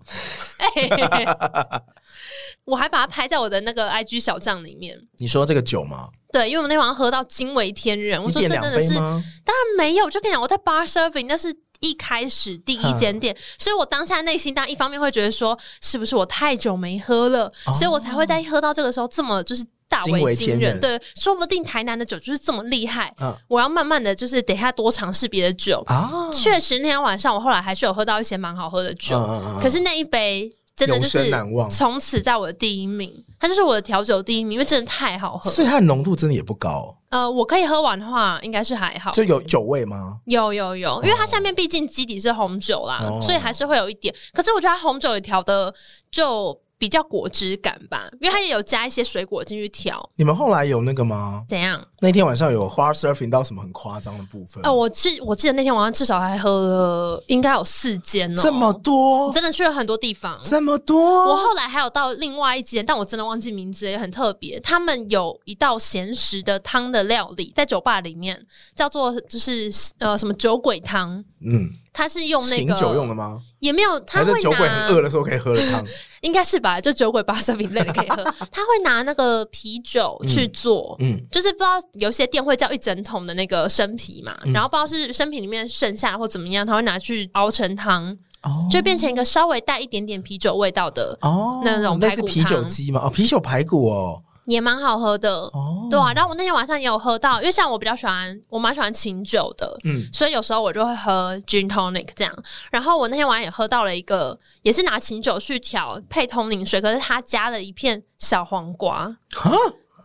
Speaker 2: 我还把它拍在我的那个 IG 小账里面。
Speaker 1: 你说这个酒吗？
Speaker 2: 对，因为我们那晚上喝到惊为天人，我
Speaker 1: 你
Speaker 2: 说这
Speaker 1: 点
Speaker 2: 真
Speaker 1: 两
Speaker 2: 的
Speaker 1: 杯
Speaker 2: 是
Speaker 1: 吗？
Speaker 2: 当然没有，我就跟你讲，我在 bar serving 那是一开始第一间
Speaker 1: 嗯
Speaker 2: 店，所以我当下内心当然一方面会觉得说，是不是我太久没喝了，
Speaker 1: 哦
Speaker 2: 所以我才会在喝到这个时候这么就是大
Speaker 1: 惊
Speaker 2: 为
Speaker 1: 为
Speaker 2: 惊
Speaker 1: 天
Speaker 2: 人。
Speaker 1: 人
Speaker 2: 对，说不定台南的酒就是这么厉害，
Speaker 1: 嗯
Speaker 2: 我要慢慢的就是等一下多尝试别的酒。
Speaker 1: 啊，
Speaker 2: 确实那天晚上我后来还是有喝到一些蛮好喝的酒，
Speaker 1: 嗯嗯嗯
Speaker 2: 可是那一杯。真的就
Speaker 1: 永
Speaker 2: 是
Speaker 1: 生难忘
Speaker 2: 从此在我的第一名，它就是我的调酒第一名，因为真的太好喝。
Speaker 1: 所以它的浓度真的也不高，
Speaker 2: 呃，我可以喝完的话，应该是还好。
Speaker 1: 就有酒味吗？
Speaker 2: 有有有，因为它下面毕竟基底是红酒啦，
Speaker 1: 哦
Speaker 2: 所以还是会有一点。可是我觉得它红酒也调的就比较果汁感吧，因为它也有加一些水果进去调。
Speaker 1: 你们后来有那个吗？
Speaker 2: 怎样？
Speaker 1: 那天晚上有花 surfing 到什么很夸张的部分？
Speaker 2: 哦，我记我记得那天晚上至少还喝了应该有四间哦，
Speaker 1: 这么多，
Speaker 2: 真的去了很多地方。
Speaker 1: 这么多，
Speaker 2: 我后来还有到另外一间，但我真的忘记名字，也很特别。他们有一道咸食的汤的料理，在酒吧里面叫做就是呃什么酒鬼汤，
Speaker 1: 嗯，
Speaker 2: 它是用那
Speaker 1: 醒
Speaker 2: 个
Speaker 1: 酒用的吗？
Speaker 2: 也没有，他
Speaker 1: 还
Speaker 2: 会
Speaker 1: 是
Speaker 2: 拿
Speaker 1: 酒鬼很饿的时候可以喝的汤？
Speaker 2: 应该是吧，就酒鬼八色饼类的可以喝。他会拿那个啤酒去做，
Speaker 1: 嗯，
Speaker 2: 就是不知道有些店会叫一整桶的那个生啤嘛，
Speaker 1: 嗯
Speaker 2: 然后不知道是生啤里面剩下或怎么样，他会拿去熬成汤，
Speaker 1: 哦
Speaker 2: 就变成一个稍微带一点点啤酒味道的。
Speaker 1: 哦
Speaker 2: 那种
Speaker 1: 那
Speaker 2: 排
Speaker 1: 是
Speaker 2: 骨
Speaker 1: 啤酒
Speaker 2: 汤
Speaker 1: 鸡吗？哦，啤酒排骨哦，
Speaker 2: 也蛮好喝的。
Speaker 1: 哦，
Speaker 2: 对啊，然后我那天晚上也有喝到，因为像我比较喜欢，我蛮喜欢清酒的，
Speaker 1: 嗯，
Speaker 2: 所以有时候我就会喝 gin tonic 这样。然后我那天晚上也喝到了一个，也是拿琴酒去调配通灵水，可是它加了一片小黄瓜，
Speaker 1: 哈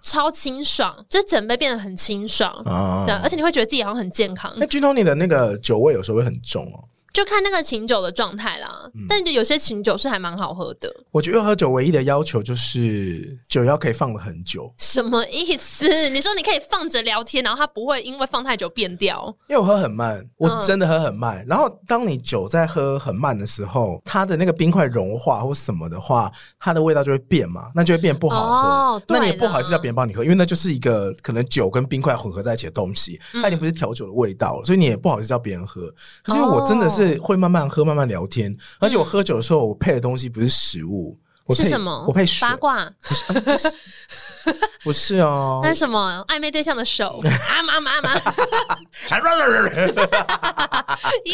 Speaker 2: 超清爽，就整杯变得很清爽。
Speaker 1: 啊
Speaker 2: 对，而且你会觉得自己好像很健康
Speaker 1: 那，君通你的那个酒味有时候会很重哦。
Speaker 2: 就看那个琴酒的状态啦。
Speaker 1: 嗯
Speaker 2: 但就有些琴酒是还蛮好喝的，
Speaker 1: 我觉得喝酒唯一的要求就是酒要可以放了很久，
Speaker 2: 什么意思？ [LAUGHS] 你说你可以放着聊天，然后它不会因为放太久变掉，
Speaker 1: 因为我喝很慢，我
Speaker 2: 嗯
Speaker 1: 真的喝很慢。然后当你酒在喝很慢的时候，它的那个冰块融化或什么的话，它的味道就会变嘛，那就会变不好喝。
Speaker 2: 哦对
Speaker 1: 那
Speaker 2: 啦
Speaker 1: 你也不好意思叫别人帮你喝，因为那就是一个可能酒跟冰块混合在一起的东西，
Speaker 2: 嗯
Speaker 1: 它已经不是调酒的味道了，所以你也不好意思叫别人喝。可是因为我真的是会慢慢喝，慢慢聊天，而且我喝酒的时候，我配的东西不是食物。我配
Speaker 2: 是什么？
Speaker 1: 我配哦水
Speaker 2: 八，卦，
Speaker 1: 不是
Speaker 2: [LAUGHS]
Speaker 1: 哦。
Speaker 2: 那是什么暧昧对象的手，
Speaker 1: 嗯
Speaker 2: 啊妈
Speaker 1: [LAUGHS]
Speaker 2: 妈 [LAUGHS] 妈，咦，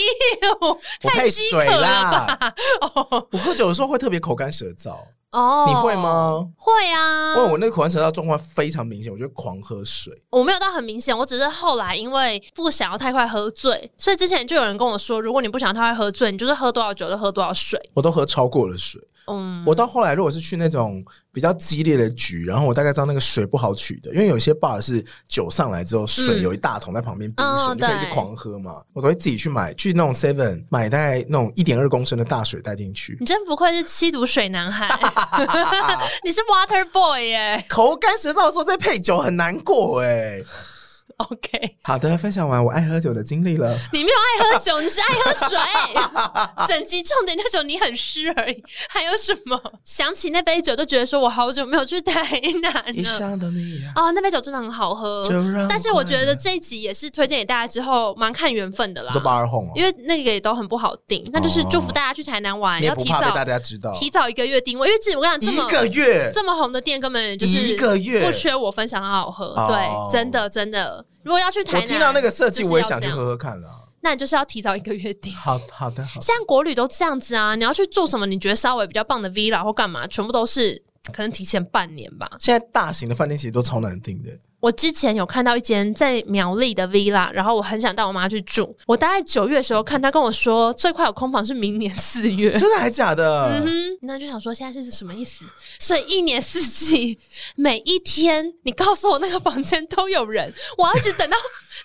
Speaker 1: 我配水
Speaker 2: 太饥渴
Speaker 1: 啦
Speaker 2: 了。吧 [LAUGHS] 哦
Speaker 1: 我喝酒的时候会特别口干舌燥，
Speaker 2: 哦，
Speaker 1: 你会？吗？哦
Speaker 2: 会啊，
Speaker 1: 因为我那个口干舌燥状况非常明显，我就狂喝水。
Speaker 2: 我没有到很明显，我只是后来因为不想要太快喝醉，所以之前就有人跟我说，如果你不想太快喝醉，你就是喝多少酒就喝多少水。
Speaker 1: 我都喝超过了水。
Speaker 2: 嗯，
Speaker 1: 我到后来，如果是去那种比较激烈的局，然后我大概知道那个水不好取的，因为有些 bar 是酒上来之后，水
Speaker 2: 嗯
Speaker 1: 有一大桶在旁边冰水，
Speaker 2: 哦
Speaker 1: 你就可以去
Speaker 2: 对
Speaker 1: 狂喝嘛。我都会自己去买，去那种 seven 买大概那种一点二公升的大水带进去。
Speaker 2: 你真不愧是吸毒水男孩， [LAUGHS] 你是 Water Boy 耶、
Speaker 1: 口干舌燥的时候再配酒很难过哎、
Speaker 2: OK，
Speaker 1: 好的，分享完我爱喝酒的经历了。
Speaker 2: 你没有爱喝酒，你是爱喝水。整集重点就只有你很湿而已，还有什么？想起那杯酒，就觉得说我好久没有去台南
Speaker 1: 一
Speaker 2: 了。
Speaker 1: 想到你呀、
Speaker 2: 哦，那杯酒真的很好喝
Speaker 1: 就让我
Speaker 2: 但是我觉得这一集也是推荐给大家之后，蛮看缘分的啦
Speaker 1: 你。说 bar 红哦，
Speaker 2: 因为那个也都很不好定，那就是祝福大家去台南玩，
Speaker 1: 哦你也
Speaker 2: 要
Speaker 1: 不
Speaker 2: 提
Speaker 1: 怕被
Speaker 2: 早
Speaker 1: 大家知道。
Speaker 2: 提早一个月定位，因为这我跟你讲，
Speaker 1: 一
Speaker 2: 这么
Speaker 1: 个月，
Speaker 2: 这么红的店根本就是
Speaker 1: 一个月
Speaker 2: 不缺我分享的好喝，
Speaker 1: 哦
Speaker 2: 对，真的真的。如果要去台
Speaker 1: 我
Speaker 2: 南，
Speaker 1: 听到那个设计，
Speaker 2: 就是要
Speaker 1: 我也想去
Speaker 2: 这样
Speaker 1: 喝，喝看了。
Speaker 2: 那你就是要提早一个月定。
Speaker 1: 好好的好的，
Speaker 2: 现在国旅都这样子啊，你要去住什么？你觉得稍微比较棒的 villa 或干嘛，全部都是可能提前半年吧。
Speaker 1: 现在大型的饭店其实都超难
Speaker 2: [LAUGHS]
Speaker 1: 订的。
Speaker 2: 我之前有看到一间在苗栗的 villa，然后我很想带我妈去住。我大概九月的时候看，她跟我说最快有空房是明年四月。
Speaker 1: 真的还假的？
Speaker 2: 嗯哼，那就想说现在是什么意思？ [LAUGHS] 所以一年四季，每一天你告诉我那个房间都有人，我要一
Speaker 1: [LAUGHS]
Speaker 2: 直等到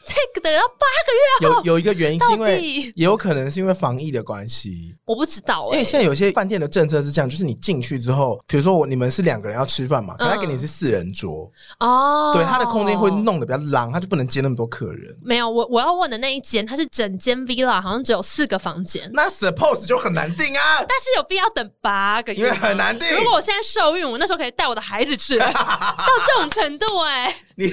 Speaker 2: 这个等到八个月
Speaker 1: 有
Speaker 2: 后，
Speaker 1: 有一个原因是因
Speaker 2: 到
Speaker 1: 为
Speaker 2: 底，
Speaker 1: 也有可能是因为防疫的关系。
Speaker 2: 我不知道
Speaker 1: 因
Speaker 2: 哎、
Speaker 1: 为现在有些饭店的政策是这样，就是你进去之后，比如说我你们是两个人要吃
Speaker 2: 嗯
Speaker 1: 饭嘛，可他给你是四人桌，
Speaker 2: 哦，
Speaker 1: 对，他的空间会。弄得比较浪，他就不能接那么多客人。
Speaker 2: 没有，我我要问的那一间，它是整间 villa，好像只有四个房间，
Speaker 1: 那 suppose 就很难订啊，
Speaker 2: 但是有必要等八个
Speaker 1: 因为
Speaker 2: 月吗，
Speaker 1: 很难订。
Speaker 2: 如果我现在受孕，我那时候可以带我的孩
Speaker 1: [LAUGHS]
Speaker 2: 子去，到这种程度哎、
Speaker 1: 你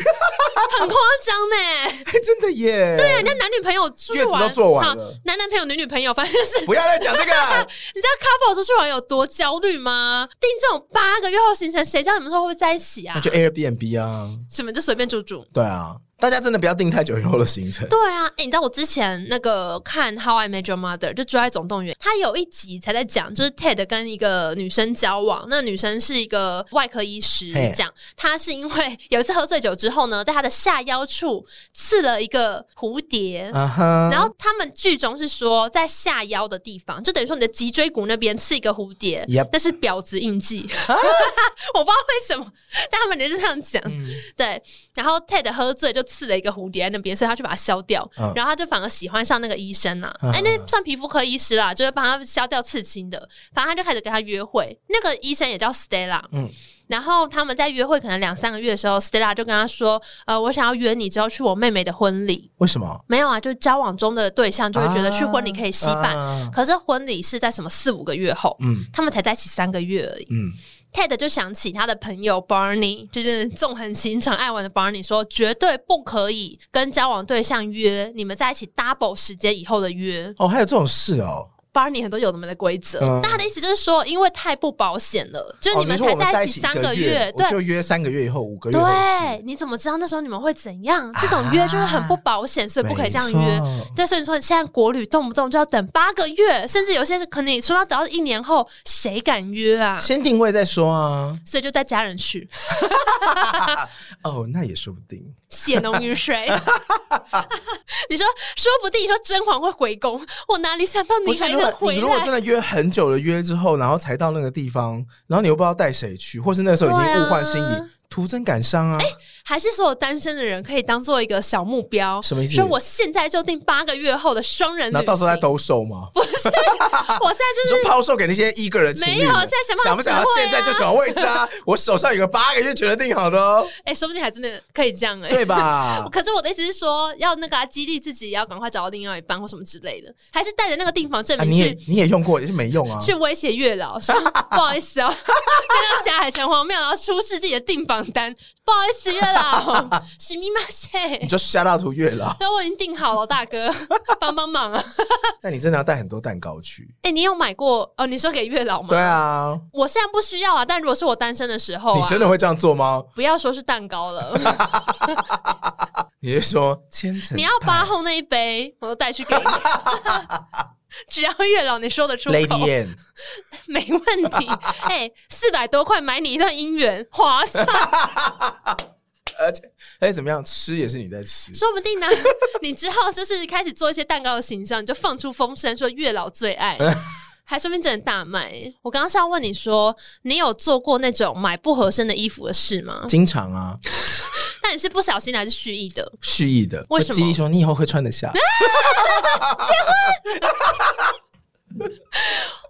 Speaker 2: 很夸张
Speaker 1: [LAUGHS]
Speaker 2: 呢。
Speaker 1: 哎真的耶，对
Speaker 2: 人家男女朋友啊出去
Speaker 1: 月子
Speaker 2: 玩，
Speaker 1: 都做完
Speaker 2: 好
Speaker 1: 了
Speaker 2: 男男朋友、女女朋友，反正就是
Speaker 1: 不要再讲这个了。
Speaker 2: 你知道 couple 出去玩有多焦虑吗？订这种八个月后行程，谁知道你们说会不会在一起啊
Speaker 1: 那？就 Airbnb 啊，
Speaker 2: 什么就随便住住。
Speaker 1: 对啊，大家真的不要定太久以后的行程。
Speaker 2: 对啊，哎、你知道我之前那个看《How I Met Your Mother》就《追爱总动员》，他有一集才在讲，就是 Ted 跟一个女生交往，那女生是一个外科医师
Speaker 1: 嘿，
Speaker 2: 这样，她是因为有一次喝醉酒之后呢，在她的下腰处刺了一个蝴蝶。
Speaker 1: 啊哈，
Speaker 2: 然后他们剧中是说，在下腰的地方，就等于说你的脊椎骨那边刺一个蝴蝶
Speaker 1: Yep 啊
Speaker 2: 那是婊子印记。 [LAUGHS] 我不知道为什么，但他们也是这样讲。
Speaker 1: 嗯
Speaker 2: 对，然后 Ted 喝醉就刺了一个蝴蝶在那边，所以他就把它消掉，
Speaker 1: 嗯
Speaker 2: 然后他就反而喜欢上那个医生啦、
Speaker 1: 嗯
Speaker 2: 哎、那算皮肤科医师啦，就是帮他消掉刺青的。反正他就开始跟他约会，那个医生也叫 Stella，
Speaker 1: 嗯
Speaker 2: 嗯。然后他们在约会，可能两三个月的时候，Stella 就跟他说：“呃，我想要约你之后去我妹妹的婚礼。
Speaker 1: 为什么”？
Speaker 2: 没有啊，就是交往中的对象就会觉得去婚礼可以稀饭，
Speaker 1: 啊
Speaker 2: 可是婚礼是在什么四五个月后，
Speaker 1: 嗯
Speaker 2: 他们才在一起三个月而已。
Speaker 1: 嗯，
Speaker 2: Ted 就想起他的朋友 Barney，就是纵横情场爱玩的 Barney，说绝对不可以跟交往对象约你们在一起 double 时间以后的约。
Speaker 1: 哦，还有这种事哦，
Speaker 2: Barney 很多有那么的规则。
Speaker 1: 嗯
Speaker 2: 那他的意思就是说，因为太不保险了，就是
Speaker 1: 哦
Speaker 2: 你们
Speaker 1: 说我
Speaker 2: 才
Speaker 1: 们在
Speaker 2: 一起
Speaker 1: 起
Speaker 2: 三
Speaker 1: 个
Speaker 2: 月，对
Speaker 1: 我就约三个月以后，五个月后
Speaker 2: 对，你怎么知道那时候你们会怎样？这种约就是很不保险，所以不可以这样约。
Speaker 1: 啊没错
Speaker 2: 对，所以你说你现在国旅动不动就要等八个月，甚至有些是可能你说要等到一年后，谁敢约啊？
Speaker 1: 先定位再说啊。
Speaker 2: 所以就带家人去，
Speaker 1: 哦，那也说不定。
Speaker 2: 血浓于水。 [LAUGHS] 你说，说不定你说甄嬛会回宫，我哪里想到
Speaker 1: 不
Speaker 2: 你
Speaker 1: 是，
Speaker 2: 还
Speaker 1: 如
Speaker 2: 能
Speaker 1: 果
Speaker 2: 回
Speaker 1: 你如果
Speaker 2: 来
Speaker 1: 真？的约很久的约之后，然后才到那个地方，然后你又不知道带谁去，或是那个时候已经
Speaker 2: 对啊哎
Speaker 1: 物换星移，徒增感伤啊。
Speaker 2: 还是所有单身的人可以当做一个小目标？
Speaker 1: 什么意思
Speaker 2: 说我现在就定八个月后的双人旅
Speaker 1: 那
Speaker 2: 行。
Speaker 1: 到时候再兜售吗？
Speaker 2: 不是，我现在
Speaker 1: 你
Speaker 2: 就
Speaker 1: 说
Speaker 2: 是
Speaker 1: 抛售给那些一个人情侣
Speaker 2: 没
Speaker 1: 们？
Speaker 2: 有现在想办法
Speaker 1: 想不想要
Speaker 2: 死会啊
Speaker 1: 现在就选位置
Speaker 2: [LAUGHS]
Speaker 1: 啊？我手上有个八个月决定好的哦，
Speaker 2: 哎、说不定还真的可以这样哎、
Speaker 1: 对吧？
Speaker 2: 可是我的意思是说，要那个、啊、激励自己，要赶快找到另外一半或什么之类的，还是带着那个订房证
Speaker 1: 啊，
Speaker 2: 明
Speaker 1: 你也
Speaker 2: 去、
Speaker 1: 你也用过，也是没用啊。
Speaker 2: 去威胁月老，说不好意思哦，看到霞海城隍庙，然后出示自己的订房单，不好意思，月老，是密
Speaker 1: [LAUGHS]
Speaker 2: 码
Speaker 1: 你
Speaker 2: 谁？，
Speaker 1: 就下大图月了 [LAUGHS]
Speaker 2: 那我已经订好了，大哥，帮帮忙啊！
Speaker 1: 那你真的要带很多蛋糕去。
Speaker 2: 哎、你有买过哦？你说给月老吗？
Speaker 1: 对啊，
Speaker 2: 我现在不需要啊，但如果是我单身的时候啊，
Speaker 1: 你真的会这样做吗？
Speaker 2: 不要说是蛋糕了，
Speaker 1: [LAUGHS] 你是说千层？
Speaker 2: 你要八后那一杯，我都带去给
Speaker 1: [LAUGHS]
Speaker 2: 你。只要月老你说得出口
Speaker 1: Lady N，
Speaker 2: 没问题。哎、四百多块买你一段姻缘，划算。
Speaker 1: 而且而且怎么样，吃也是你在吃。
Speaker 2: 说不定呢、 [LAUGHS] 你之后就是开始做一些蛋糕的形象，你就放出风声说月老最爱。
Speaker 1: [LAUGHS]
Speaker 2: 还说明真的大卖。我刚刚是要问你说，你有做过那种买不合身的衣服的事吗？ [LAUGHS]
Speaker 1: 经常啊，
Speaker 2: 那你是不小心的还是蓄意的？
Speaker 1: 蓄意的，
Speaker 2: 为什
Speaker 1: 我
Speaker 2: 么啊
Speaker 1: 激励说你以后会穿得下。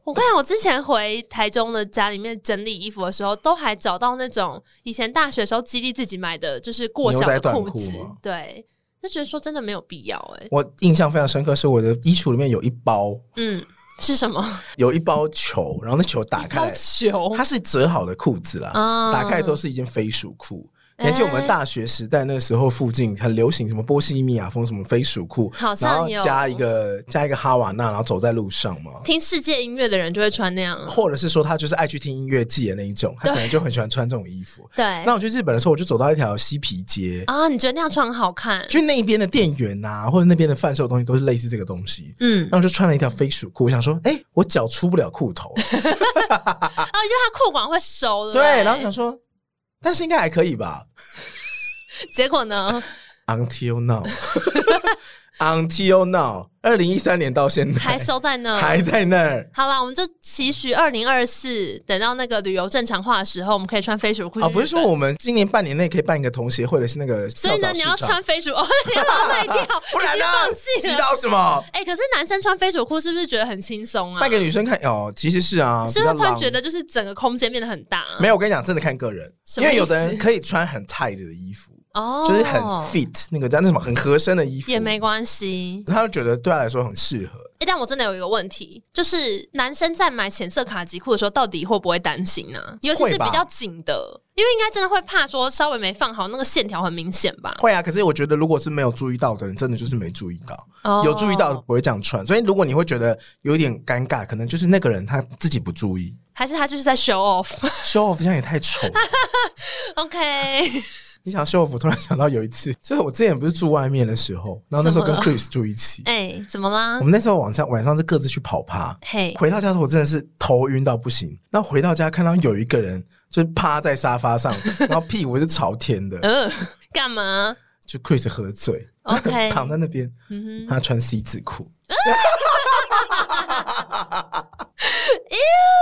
Speaker 2: 我跟你讲，我之前回台中的家里面整理衣服的时候，都还找到那种以前大学的时候激励自己买的，就是过小
Speaker 1: 牛仔
Speaker 2: 的裤子
Speaker 1: 短裤吗。
Speaker 2: 对，就觉得说真的没有必要哎、
Speaker 1: 我印象非常深刻，是我的衣橱里面有一包
Speaker 2: 嗯，是什么？
Speaker 1: 有一包球，然后那球打开来，
Speaker 2: 球
Speaker 1: 它是折好的裤子啦，
Speaker 2: 啊
Speaker 1: 打开来之后是一件飞鼠裤。你
Speaker 2: 哎
Speaker 1: 还记得我们大学时代那时候附近很流行什么波西米亚风什么飞鼠裤，
Speaker 2: 好
Speaker 1: 然后
Speaker 2: 像有
Speaker 1: 加一个加一个哈瓦那，然后走在路上吗？
Speaker 2: 听世界音乐的人就会穿那样。
Speaker 1: 或者是说他就是爱去听音乐季的那一种，他可能就很喜欢穿这种衣服。
Speaker 2: 对
Speaker 1: 那我去日本的时候，我就走到一条嬉皮街，
Speaker 2: 啊，你觉得那样穿很好看？
Speaker 1: 就那边的店员啊，或者那边的贩售的东西都是类似这个东西。
Speaker 2: 嗯
Speaker 1: 然，后我就穿了一条飞鼠裤，我想说，哎、我脚出不了裤
Speaker 2: [LAUGHS]
Speaker 1: 头，
Speaker 2: 啊，因为它裤管会收的。
Speaker 1: 对，
Speaker 2: 不
Speaker 1: 然后想说，但是应该还可以吧
Speaker 2: 结果呢，
Speaker 1: ？Until [LAUGHS] now，Until now，二零一三年到现在
Speaker 2: 还收在
Speaker 1: [LAUGHS]
Speaker 2: 那。
Speaker 1: 还在那儿
Speaker 2: 好啦，我们就期许二零二四，等到那个旅游正常化的时候，我们可以穿飞鼠裤去日
Speaker 1: 啊！
Speaker 2: 本。
Speaker 1: 不是说我们今年半年内可以办一个同协会的是那个
Speaker 2: 所
Speaker 1: 跳
Speaker 2: 以呢，
Speaker 1: 蚤
Speaker 2: 你
Speaker 1: 市
Speaker 2: 要
Speaker 1: 场，
Speaker 2: 穿，飞 [LAUGHS] 鼠，哦，你要把它卖掉
Speaker 1: 不然
Speaker 2: 已
Speaker 1: 呢
Speaker 2: 经放？
Speaker 1: 知
Speaker 2: 弃了。
Speaker 1: 道什么？
Speaker 2: 哎、可是男生穿飞鼠裤是不是觉得很轻松啊
Speaker 1: 卖？给女生看哦，其实是啊，
Speaker 2: 是不是
Speaker 1: 比
Speaker 2: 突
Speaker 1: 较
Speaker 2: 然
Speaker 1: 浪
Speaker 2: 觉得就是整个空间变得很大？啊
Speaker 1: 没有，我跟你讲，真的看个人，
Speaker 2: 什
Speaker 1: 因
Speaker 2: 么
Speaker 1: 为有的
Speaker 2: 意思
Speaker 1: 人可以穿很 tight 的衣服，
Speaker 2: 哦，
Speaker 1: 就是很 fit 那个叫那什么很合身的衣服，
Speaker 2: 也没关系。
Speaker 1: 他就觉得对他来说很适合。
Speaker 2: 哎、但我真的有一个问题，就是男生在买浅色卡其裤的时候，到底会不会担心呢、尤其
Speaker 1: 会
Speaker 2: 是
Speaker 1: 吧
Speaker 2: 比较紧的，因为应该真的会怕说稍微没放好，那个线条很明显吧？
Speaker 1: 会啊，可是我觉得如果是没有注意到的人，真的就是没注意到，
Speaker 2: 哦
Speaker 1: 有注意到不会这样穿。所以如果你会觉得有点尴尬，可能就是那个人他自己不注意
Speaker 2: 还是他就是在 show
Speaker 1: [LAUGHS]
Speaker 2: off？OK，
Speaker 1: ，show off 这样也太丑了。 [LAUGHS] 你想 show off，突然想到有一次，就是我之前不是住外面的时候，然后那时候跟
Speaker 2: 怎
Speaker 1: Chris 住一起，
Speaker 2: 哎、怎么啦
Speaker 1: 我？们那时候晚上晚上是各自去跑趴，
Speaker 2: 嘿、
Speaker 1: 回到家的时候，我真的是头晕到不行。然后回到家看到有一个人就是趴在沙发上，然后屁股是朝天
Speaker 2: [LAUGHS]
Speaker 1: 的，
Speaker 2: 嗯、干嘛
Speaker 1: 就 Chris 喝醉，
Speaker 2: ？OK，
Speaker 1: [LAUGHS] 躺在那边，
Speaker 2: 哎嗯
Speaker 1: 他穿 C 字
Speaker 2: [LAUGHS]
Speaker 1: 裤。 [LAUGHS]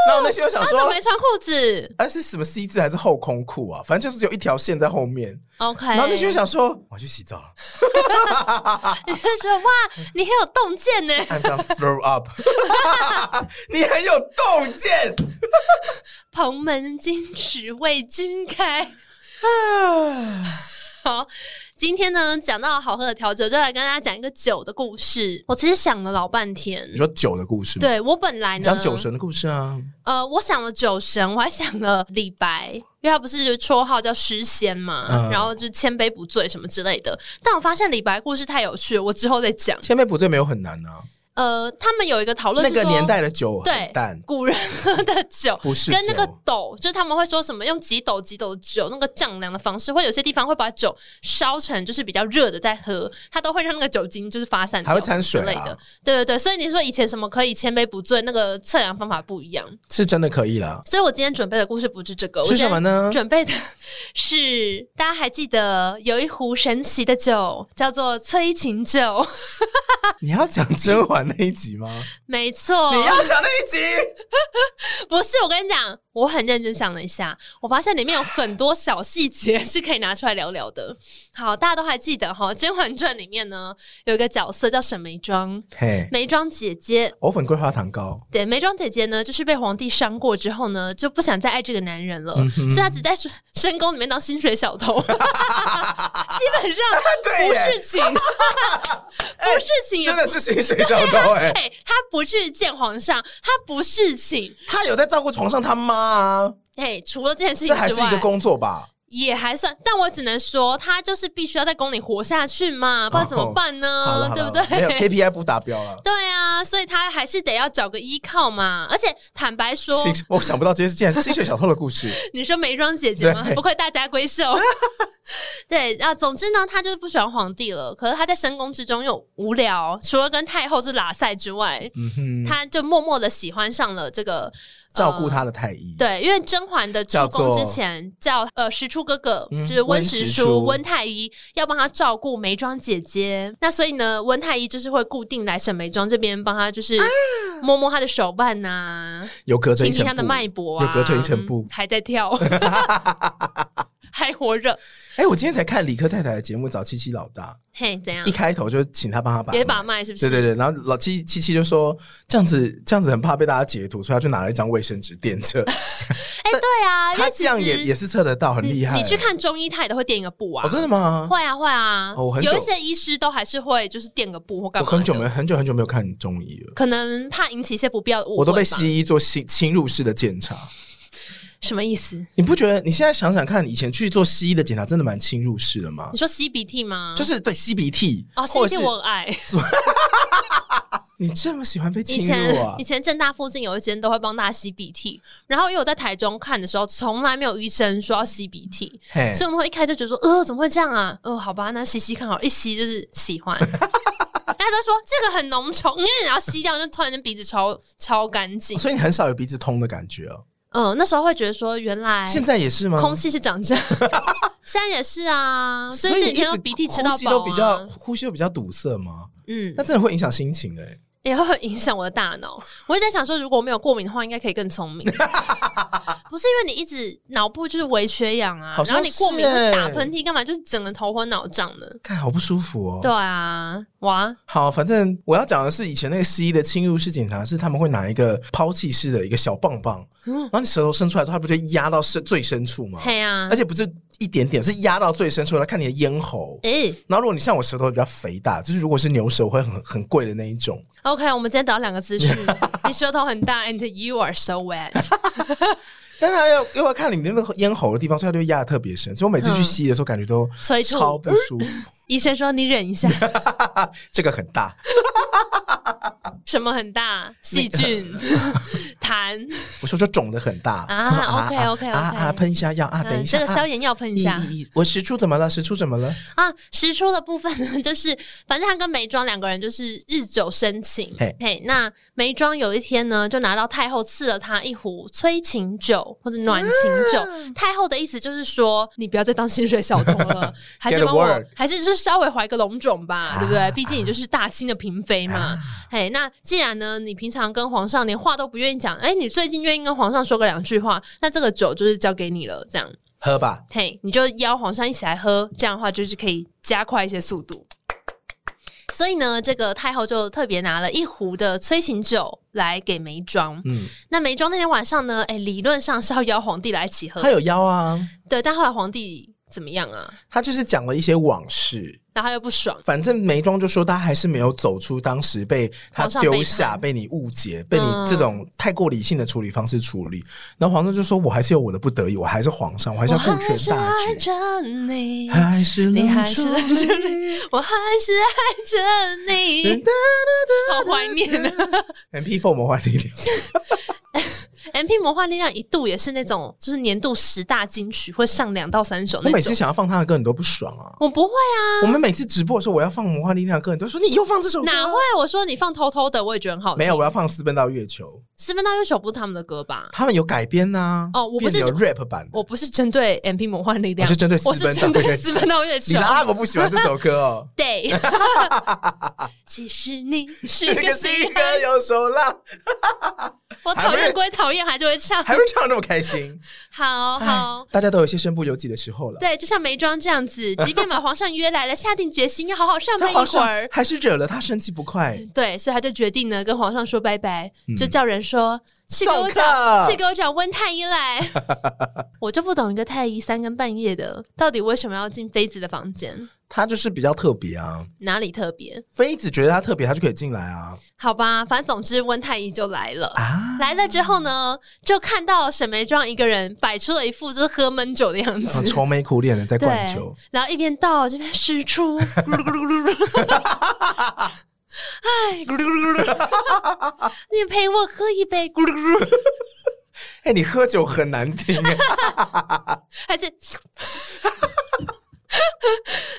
Speaker 1: 然后我内心又想
Speaker 2: 哼，他
Speaker 1: 说
Speaker 2: 怎么，没穿裤子
Speaker 1: 哎、是什么 C 字还是后空裤啊？反正就是有一条线在后面。
Speaker 2: ？OK，
Speaker 1: 然后内
Speaker 2: [LAUGHS]
Speaker 1: 心又想说，我要去洗澡了
Speaker 2: 你就说哇，你很有洞见呢。 [LAUGHS]
Speaker 1: ，I'm gonna throw up。你很有洞见。
Speaker 2: 蓬门今始为君开。
Speaker 1: 啊
Speaker 2: 好，今天呢讲到好喝的调酒，就来跟大家讲一个酒的故事。我其实想了老半天
Speaker 1: 你，说酒的故事吗？
Speaker 2: 对我本来呢
Speaker 1: 讲酒神的故事啊。
Speaker 2: 呃，我想了酒神，我还想了李白，因为他不是绰号叫诗仙嘛，
Speaker 1: 嗯
Speaker 2: 然后就千杯不醉什么之类的。但我发现李白故事太有趣了，我之后再讲。
Speaker 1: 千杯不醉没有很难啊。
Speaker 2: 呃，他们有一个讨论
Speaker 1: 那
Speaker 2: 是说，
Speaker 1: 个年代的酒
Speaker 2: 对
Speaker 1: 很淡，
Speaker 2: 古人喝的酒
Speaker 1: 不是
Speaker 2: 跟那个
Speaker 1: 酒
Speaker 2: 斗，就是他们会说什么用几斗几斗的酒，那个丈量的方式，或有些地方会把酒烧成就是比较热的再喝，它都会让那个酒精就是发散掉，
Speaker 1: 还会掺水
Speaker 2: 之类
Speaker 1: 啊
Speaker 2: 的。对对对，所以你说以前什么可以千杯不醉，那个测量方法不一样。
Speaker 1: 是真的可以啦。
Speaker 2: 所以我今天准备的故事不是这个，我
Speaker 1: 是什么呢
Speaker 2: 今天准备的 [LAUGHS] 是大家还记得有一壶神奇的酒叫做催情酒，
Speaker 1: 你要
Speaker 2: [LAUGHS]
Speaker 1: 讲甄嬛那一集吗？
Speaker 2: 没错，
Speaker 1: 你要讲那一集？
Speaker 2: 不是，我跟你讲，我很认真想了一下，我发现里面有很多小细节是可以拿出来聊聊的。好，大家都还记得哈，《甄嬛传》里面呢有一个角色叫沈眉庄，
Speaker 1: 嘿，
Speaker 2: 眉庄姐姐。
Speaker 1: 藕粉桂花糖糕。
Speaker 2: 对，眉庄姐姐呢，就是被皇帝伤过之后呢，就不想再爱这个男人了，
Speaker 1: 嗯哼
Speaker 2: 所以她只在深深宫里面当薪水小
Speaker 1: [LAUGHS]
Speaker 2: 偷，基本上
Speaker 1: 对
Speaker 2: 不
Speaker 1: 耶哎 [LAUGHS]
Speaker 2: 是情，不是情，
Speaker 1: 真的是薪水小偷
Speaker 2: [LAUGHS]
Speaker 1: 哎、
Speaker 2: 哎，她不去见皇上，她不是情，
Speaker 1: 他有在照顾床上他妈啊，
Speaker 2: 哎，除了这件事情之
Speaker 1: 这还
Speaker 2: 外，
Speaker 1: 是一个工作吧？
Speaker 2: 也还算，但我只能说，他就是必须要在宫里活下去嘛，不知道怎么办呢，
Speaker 1: 哦 [LAUGHS] 好了好
Speaker 2: 嗯对不
Speaker 1: 了，
Speaker 2: 对？
Speaker 1: 没有 KPI 不达标了。
Speaker 2: [LAUGHS] 对啊，所以他还是得要找个依靠嘛。而且坦白说，
Speaker 1: 薪我想不到这件事，竟然是薪水小偷的故事。
Speaker 2: 你说眉庄姐姐吗？
Speaker 1: 对
Speaker 2: 不愧大家闺秀。 [LAUGHS] 对啊，总之呢，他就是不喜欢皇帝了。可是他在深宫之中又无聊，除了跟太后是拉塞之外，
Speaker 1: 嗯哼，
Speaker 2: 他就默默的喜欢上了这个
Speaker 1: 照顾。
Speaker 2: 呃
Speaker 1: 他的太医。
Speaker 2: 对，因为甄嬛的出
Speaker 1: 叫
Speaker 2: 宫之
Speaker 1: 做
Speaker 2: 前叫呃石出哥哥，
Speaker 1: 嗯
Speaker 2: 就是温
Speaker 1: 温
Speaker 2: 实
Speaker 1: 实
Speaker 2: 叔、
Speaker 1: 初
Speaker 2: 温太医要帮他照顾眉庄姐姐，那所以呢，温太医就是会固定来沈眉庄这边帮他，就是摸摸他的手腕呐、
Speaker 1: 有隔着
Speaker 2: 听
Speaker 1: 一
Speaker 2: 听
Speaker 1: 层
Speaker 2: 他的
Speaker 1: 布。
Speaker 2: 脉搏啊，
Speaker 1: 有隔着一层布
Speaker 2: 嗯还在跳，
Speaker 1: [LAUGHS]
Speaker 2: 还活着，
Speaker 1: 哎、我今天才看理科太太的节目，找七七老大，
Speaker 2: 嘿，怎样
Speaker 1: 一？开头就请他帮他把
Speaker 2: 也啊把脉是不是？
Speaker 1: 对对对，然后老七七七就说这样子，这样子很怕被大家解读，所以他就拿了一张卫生纸垫着。
Speaker 2: 哎、对啊，因
Speaker 1: 他
Speaker 2: 为
Speaker 1: 这样
Speaker 2: 其实
Speaker 1: 也也是测得到，很厉害、
Speaker 2: 你去看中医，他也都会垫一个布啊。
Speaker 1: 哦，真的吗？
Speaker 2: 会啊会啊，
Speaker 1: 哦我很久
Speaker 2: 有一些医师都还是会就是垫个布或干
Speaker 1: 我
Speaker 2: 嘛的。
Speaker 1: 很久没很久很久没有看中医了，
Speaker 2: 可能怕引起一些不必要的误会吧。
Speaker 1: 我都被西医做侵侵入式的检查。
Speaker 2: 什么意思？
Speaker 1: 你不觉得你现在想想看，以前去做西医的检查真的蛮侵入式的吗
Speaker 2: 你？说吸鼻涕吗？
Speaker 1: 就是对吸鼻涕，
Speaker 2: 哦，吸
Speaker 1: 或
Speaker 2: 鼻
Speaker 1: 者
Speaker 2: 涕
Speaker 1: 是
Speaker 2: 我很爱。
Speaker 1: 你这么喜欢被
Speaker 2: 以
Speaker 1: 侵
Speaker 2: 前
Speaker 1: 入啊
Speaker 2: 以？前正大附近有一间都会帮大家吸鼻涕，然后因为我在台中看的时候，从来没有医生说要吸鼻涕，
Speaker 1: 嘿，
Speaker 2: 所以我们会一开始就觉得说，呃，怎么会这样啊？呃，好吧，那吸吸看好了，一吸就是
Speaker 1: [LAUGHS]
Speaker 2: 喜欢。大家都说这个很浓稠，因为你要吸掉，就突然间鼻子超超干净。
Speaker 1: 所以你很少有鼻子通的感觉哦。
Speaker 2: 嗯、那时候会觉得说，原来
Speaker 1: 现在也是吗？
Speaker 2: 哎空气是长这样， [LAUGHS] 现在也是啊，所以
Speaker 1: 你
Speaker 2: 这
Speaker 1: 一
Speaker 2: 几天
Speaker 1: 直
Speaker 2: 都鼻涕吃到
Speaker 1: 呼吸
Speaker 2: 饱、
Speaker 1: 都
Speaker 2: 啊，
Speaker 1: 比较呼吸都比较堵塞吗？
Speaker 2: 嗯，
Speaker 1: 那真的会影响心情哎、
Speaker 2: 也会影响我的大脑。我一直在想说，如果我没有过敏的话，应该可以更聪
Speaker 1: [LAUGHS]
Speaker 2: 明。不是因为你一直脑部就是微缺氧啊，
Speaker 1: 好
Speaker 2: 然
Speaker 1: 像
Speaker 2: 后你过敏
Speaker 1: 是欸
Speaker 2: 打喷嚏干嘛，就是整个头昏脑胀的。
Speaker 1: 看好不舒服哦。
Speaker 2: 对啊，哇，
Speaker 1: 好，反正我要讲的是，以前那个西医的侵入式检查是他们会拿一个抛弃式的一个小棒棒，
Speaker 2: 嗯
Speaker 1: 然后你舌头伸出来之后，它不就压到深最深处吗？
Speaker 2: 嘿啊
Speaker 1: 而，且不是一点点，是压到最深处，来看你的咽喉。
Speaker 2: 诶、
Speaker 1: 然后如果你像我舌头比较肥大，就是如果是牛舌，我会很很贵的那一种。
Speaker 2: o k 我们今天得到两
Speaker 1: [LAUGHS]
Speaker 2: 个资讯，你舌头很大，and you are so wet。
Speaker 1: 但他要又要看你那个咽喉的地方，所以他就会压的特别深。所以我每次去
Speaker 2: 嗯
Speaker 1: 吸的时候，感觉都
Speaker 2: 催吐
Speaker 1: 超不舒服。
Speaker 2: 医生说你忍
Speaker 1: [LAUGHS]
Speaker 2: 一下，
Speaker 1: 这个很大，
Speaker 2: 什么很大细菌
Speaker 1: [LAUGHS]
Speaker 2: 痰
Speaker 1: 我说就肿的很大
Speaker 2: 啊 OK，OK，OK
Speaker 1: 啊啊，喷一下药啊，等一
Speaker 2: 嗯，
Speaker 1: 下，
Speaker 2: 这个消
Speaker 1: 啊
Speaker 2: 炎药喷一下。
Speaker 1: 咦咦咦我食出怎么了？食出怎么了？
Speaker 2: 啊，实出的部分呢， [LAUGHS] 就是反正他跟眉庄两个人就是日久生情。
Speaker 1: 嘿
Speaker 2: 嘿，那眉庄有一天呢，就拿到太后赐了他一壶催情酒或者暖情酒。
Speaker 1: 嗯
Speaker 2: 太后的意思就是说，你不要再当薪水小偷
Speaker 1: [LAUGHS]
Speaker 2: 了，还是
Speaker 1: Get a
Speaker 2: 帮我
Speaker 1: word，
Speaker 2: 还是就是稍微怀个龙种吧，
Speaker 1: [LAUGHS]
Speaker 2: 对不对？毕竟你就是大清的嫔妃嘛
Speaker 1: 啊。
Speaker 2: 嘿，那既然呢，你平常跟皇上连话都不愿意讲，哎，你最近愿意跟皇上说个两句话，那这个酒就是交给你了，这样。
Speaker 1: 喝吧，
Speaker 2: 嘿，你就邀皇上一起来喝，这样的话就是可以加快一些速度。所以呢，这个太后就特别拿了一壶的催情酒来给眉庄。
Speaker 1: 嗯，
Speaker 2: 那眉庄那天晚上呢，哎、理论上是要邀皇帝来一起喝
Speaker 1: 他，有腰啊，
Speaker 2: 对，但后来皇帝怎么样啊？
Speaker 1: 他就是讲了一些往事。
Speaker 2: 然后他又不爽，
Speaker 1: 反正梅庄就说他还是没有走出当时被他
Speaker 2: 皇上
Speaker 1: 丢
Speaker 2: 背
Speaker 1: 下、
Speaker 2: 叛
Speaker 1: 被你误解、被你这种太过理性的处理方式处理。然后皇上就说：“我还是有我的不得已，我还是皇上，我还是
Speaker 2: 嗯我
Speaker 1: 要顾
Speaker 2: 还
Speaker 1: 全
Speaker 2: 是
Speaker 1: 大
Speaker 2: 爱
Speaker 1: 局。”
Speaker 2: 着你，
Speaker 1: 还是
Speaker 2: 你
Speaker 1: 冷
Speaker 2: 还是
Speaker 1: 处
Speaker 2: 冷处
Speaker 1: 理
Speaker 2: 我还是爱着你，好怀念啊
Speaker 1: MP 嗯 Four 魔幻力量，
Speaker 2: ！MP 魔幻力量一度也是那种，就是年度十大金曲会上两到三首
Speaker 1: 我
Speaker 2: 那
Speaker 1: 每次
Speaker 2: 种。
Speaker 1: 想要放他的歌，你都不爽啊！
Speaker 2: 我不会啊，
Speaker 1: 我们每次直播的时候，我要放魔幻力量的歌，你都说你又放这首歌，
Speaker 2: [LAUGHS] 哪会？我说你放偷偷的，我也觉得很好听。
Speaker 1: 没有，我要放《私奔到月球》，
Speaker 2: 私奔到月球不是他们的歌吧？
Speaker 1: 他们有改编呐、
Speaker 2: 哦我不
Speaker 1: 变得
Speaker 2: 是
Speaker 1: 有 rap 版的，
Speaker 2: 我不是针对 MP 魔幻力量，
Speaker 1: 我是针对私
Speaker 2: 我
Speaker 1: 奔到
Speaker 2: 是针对
Speaker 1: 月球
Speaker 2: 私奔到月
Speaker 1: 你。
Speaker 2: 球。
Speaker 1: 的啊阿伯不喜欢这首歌哦
Speaker 2: [LAUGHS]
Speaker 1: [LAUGHS]
Speaker 2: 对，其实你是
Speaker 1: 那
Speaker 2: 个
Speaker 1: 个
Speaker 2: 心
Speaker 1: 是一
Speaker 2: 安
Speaker 1: 个有手啦，
Speaker 2: 我讨厌归讨厌，还是会唱。
Speaker 1: 还会唱得那么开心。
Speaker 2: 好 [LAUGHS] 好
Speaker 1: 哎，大家都有一些身不由己的时候了。
Speaker 2: 对，就像眉庄这样子，即便把皇上约来了，下定决心要好好上班
Speaker 1: [LAUGHS] 但
Speaker 2: 一
Speaker 1: 皇
Speaker 2: 会
Speaker 1: 上
Speaker 2: 儿。
Speaker 1: 还是惹了他生气不快，
Speaker 2: 对，所以他就决定呢，跟皇上说拜拜，就叫人说去给
Speaker 1: 嗯送
Speaker 2: 我找
Speaker 1: 客
Speaker 2: 去给我找温太医来。 [LAUGHS] 我就不懂一个太医三更半夜的，到底为什么要进妃子的房间？
Speaker 1: 他就是比较特别啊。
Speaker 2: 哪里特别？
Speaker 1: 妃子觉得他特别，他就可以进来啊
Speaker 2: 好吧，反正总之温太医就来了。
Speaker 1: 啊！
Speaker 2: 来了之后呢，就看到沈眉庄一个人摆出了一副就是喝闷酒的样子，
Speaker 1: 嗯愁眉苦脸的在
Speaker 2: 对，
Speaker 1: 灌酒，
Speaker 2: 然后一边倒这边使出，咕噜咕噜咕噜咕噜，
Speaker 1: [LAUGHS]
Speaker 2: 哎，咕噜咕噜咕噜， [LAUGHS] 你陪我喝一杯，咕噜咕噜，
Speaker 1: 哎、你喝酒很难听、
Speaker 2: [LAUGHS]
Speaker 1: 哎
Speaker 2: 还是，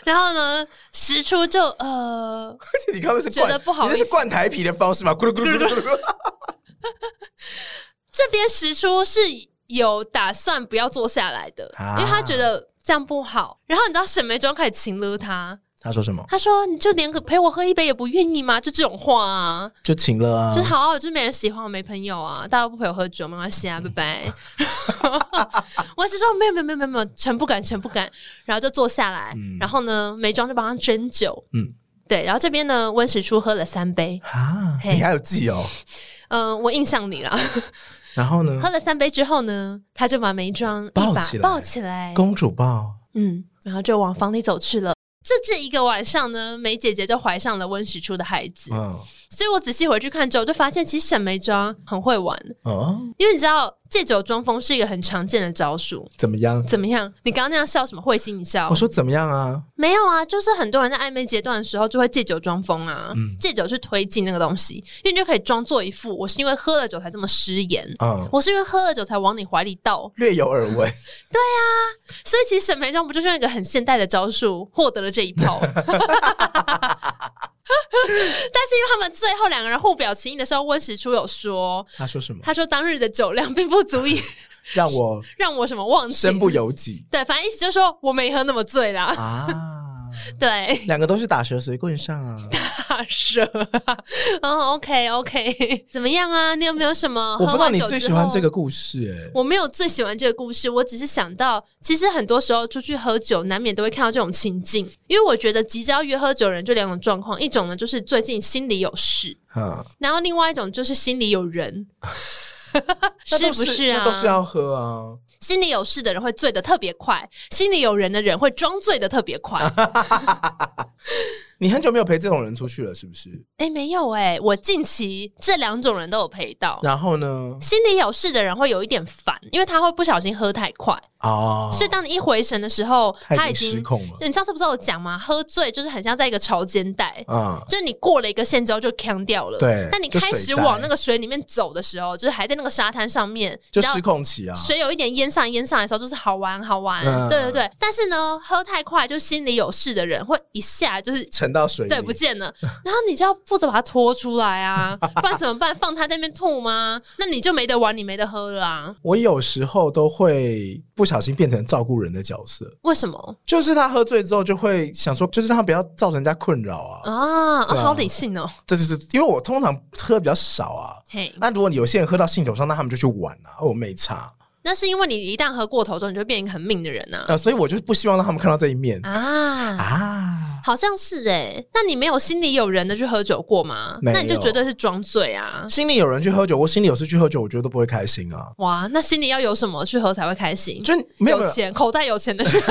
Speaker 2: 然后呢，使出就呃，
Speaker 1: 而且你刚刚是
Speaker 2: 觉得
Speaker 1: 灌，
Speaker 2: 不好
Speaker 1: 你那
Speaker 2: 意
Speaker 1: 是
Speaker 2: 思
Speaker 1: 灌台啤的方式吧？咕噜咕噜咕噜咕噜咕噜，
Speaker 2: 这边使出是有打算不要坐下来的，
Speaker 1: 啊
Speaker 2: 因为他觉得这样不好。然后你知道沈眉庄开始情勒他，
Speaker 1: 他说什么？
Speaker 2: 他说你就连个陪我喝一杯也不愿意吗？就这种话啊。
Speaker 1: 就请了啊
Speaker 2: 就，是好好，就没人喜欢我，没朋友啊，大家都不陪我喝酒，没关系啊，拜拜。 [LAUGHS] 我是说没有没有没有没有没有，臣不敢臣不敢，然后就坐下来，
Speaker 1: 嗯
Speaker 2: 然后呢，眉庄就帮他斟酒，
Speaker 1: 嗯
Speaker 2: 对，然后这边呢，温实初喝了三杯，
Speaker 1: 啊，
Speaker 2: 嘿
Speaker 1: 你还有记哦。
Speaker 2: 嗯、我印象你了，
Speaker 1: 然后呢
Speaker 2: 喝，了三杯之后呢，他就把眉庄一
Speaker 1: 嗯抱
Speaker 2: 把
Speaker 1: 起来
Speaker 2: 抱起来，
Speaker 1: 公主抱，
Speaker 2: 嗯，然后就往房里走去了。这这一个晚上呢，梅姐姐就怀上了温实初的孩子，
Speaker 1: 嗯
Speaker 2: 所以我仔细回去看之后，就发现其实沈眉庄很会玩，
Speaker 1: 哦，
Speaker 2: 因为你知道借酒装疯是一个很常见的招数。
Speaker 1: 怎么样？
Speaker 2: 怎么样？你刚刚那样笑什么？会心一笑
Speaker 1: 我？说怎么样啊？
Speaker 2: 没有啊，就是很多人在暧昧阶段的时候就会借酒装疯啊，
Speaker 1: 嗯
Speaker 2: 借酒去推进那个东西，因为你就可以装作一副我是因为喝了酒才这么失言，
Speaker 1: 嗯，
Speaker 2: 我是因为喝了酒才往你怀里倒。
Speaker 1: 略有耳闻。
Speaker 2: 所以其实沈眉庄不就是用一个很现代的招数获得了这一
Speaker 1: [LAUGHS]
Speaker 2: 炮？但是因为他们最后两个人互表情意的时候，温实初有说，
Speaker 1: [LAUGHS] 他说什么？
Speaker 2: 他说当日的酒量并不足以
Speaker 1: 让我
Speaker 2: 让我什么忘情，
Speaker 1: 身不由己
Speaker 2: 对，反正意思就是说我没喝那么醉啦。
Speaker 1: [LAUGHS] 啊！
Speaker 2: 对，
Speaker 1: 两个都是打蛇随棍上 [LAUGHS] 啊！
Speaker 2: [LAUGHS] 大蛇。嗯，OK OK，怎 [LAUGHS] 么样啊？你有没有什么？
Speaker 1: 我不知道你
Speaker 2: 喝完酒
Speaker 1: 最
Speaker 2: 之
Speaker 1: 喜欢
Speaker 2: 后
Speaker 1: 这个。故事哎、
Speaker 2: 我没有最喜欢这个故事，我只是想到，其实很多时候出去喝酒，难免都会看到这种情境。因为我觉得急着要约喝酒的人就两种状况，一种呢就是最近心里有事，
Speaker 1: 啊，
Speaker 2: 然后另外一种就是心里有人，
Speaker 1: [LAUGHS] 那都
Speaker 2: 不是
Speaker 1: 那
Speaker 2: 啊？
Speaker 1: 都是要喝啊！
Speaker 2: 心里有事的人会醉的特别快，心里有人的人会装醉的特别快。
Speaker 1: 啊你很久没有陪这种人出去了，是不是？
Speaker 2: 哎、没有哎、我近期这两种人都有陪到。
Speaker 1: 然后呢？
Speaker 2: 心里有事的人会有一点烦，因为他会不小心喝太快，
Speaker 1: 哦，
Speaker 2: 所以当你一回神的时候，
Speaker 1: 他
Speaker 2: 他
Speaker 1: 已
Speaker 2: 已
Speaker 1: 经失
Speaker 2: 经。
Speaker 1: 控了
Speaker 2: 就你上次不是有讲吗？喝醉就是很像在一个潮间带，
Speaker 1: 啊！
Speaker 2: 就是你过了一个线之后就呛掉了。
Speaker 1: 对
Speaker 2: 那你
Speaker 1: 就
Speaker 2: 开
Speaker 1: 水
Speaker 2: 始
Speaker 1: 灾
Speaker 2: 往那个水里面走的时候，就是还在那个沙滩上面，
Speaker 1: 就
Speaker 2: 然后
Speaker 1: 失控期啊！
Speaker 2: 水有一点淹上淹上来的时候，就是好玩好玩。
Speaker 1: 嗯
Speaker 2: 对对对。但是呢，喝太快就心里有事的人，会一下就是
Speaker 1: 沉到水里，
Speaker 2: 对，不见了。然后你就要负责把它拖出
Speaker 1: [LAUGHS]
Speaker 2: 来啊，不然怎么办？放它在那边吐吗？那你就没得玩，你没得喝了啊。
Speaker 1: 我有时候都会不小心变成照顾人的角色，
Speaker 2: 为什么
Speaker 1: 就是他喝醉之后就会想说，就是让他不要造成人家困扰啊。
Speaker 2: 啊？
Speaker 1: 对
Speaker 2: 啊
Speaker 1: 啊
Speaker 2: 好理性哦，
Speaker 1: 对对对，因为我通常喝的比较少啊。
Speaker 2: 嘿，
Speaker 1: 那如果你有些人喝到兴头上，那他们就去玩啊，我没差。
Speaker 2: 那是因为你一旦喝过头之后，你就会变成一个很命的人啊嗯
Speaker 1: [LAUGHS] 呃，所以我就不希望让他们看到这一面
Speaker 2: 啊！
Speaker 1: 啊。
Speaker 2: 好像是哎、那你没有心里有人的去喝酒过吗？
Speaker 1: 没有
Speaker 2: 那你就绝对是装醉啊！
Speaker 1: 心里有人去喝酒，我心里有事去喝酒，我觉得都不会开心啊。
Speaker 2: 哇，那心里要有什么去喝才会开心？
Speaker 1: 就没有没
Speaker 2: 有
Speaker 1: 有，
Speaker 2: 钱，口袋有
Speaker 1: [LAUGHS]
Speaker 2: 钱的人， [LAUGHS]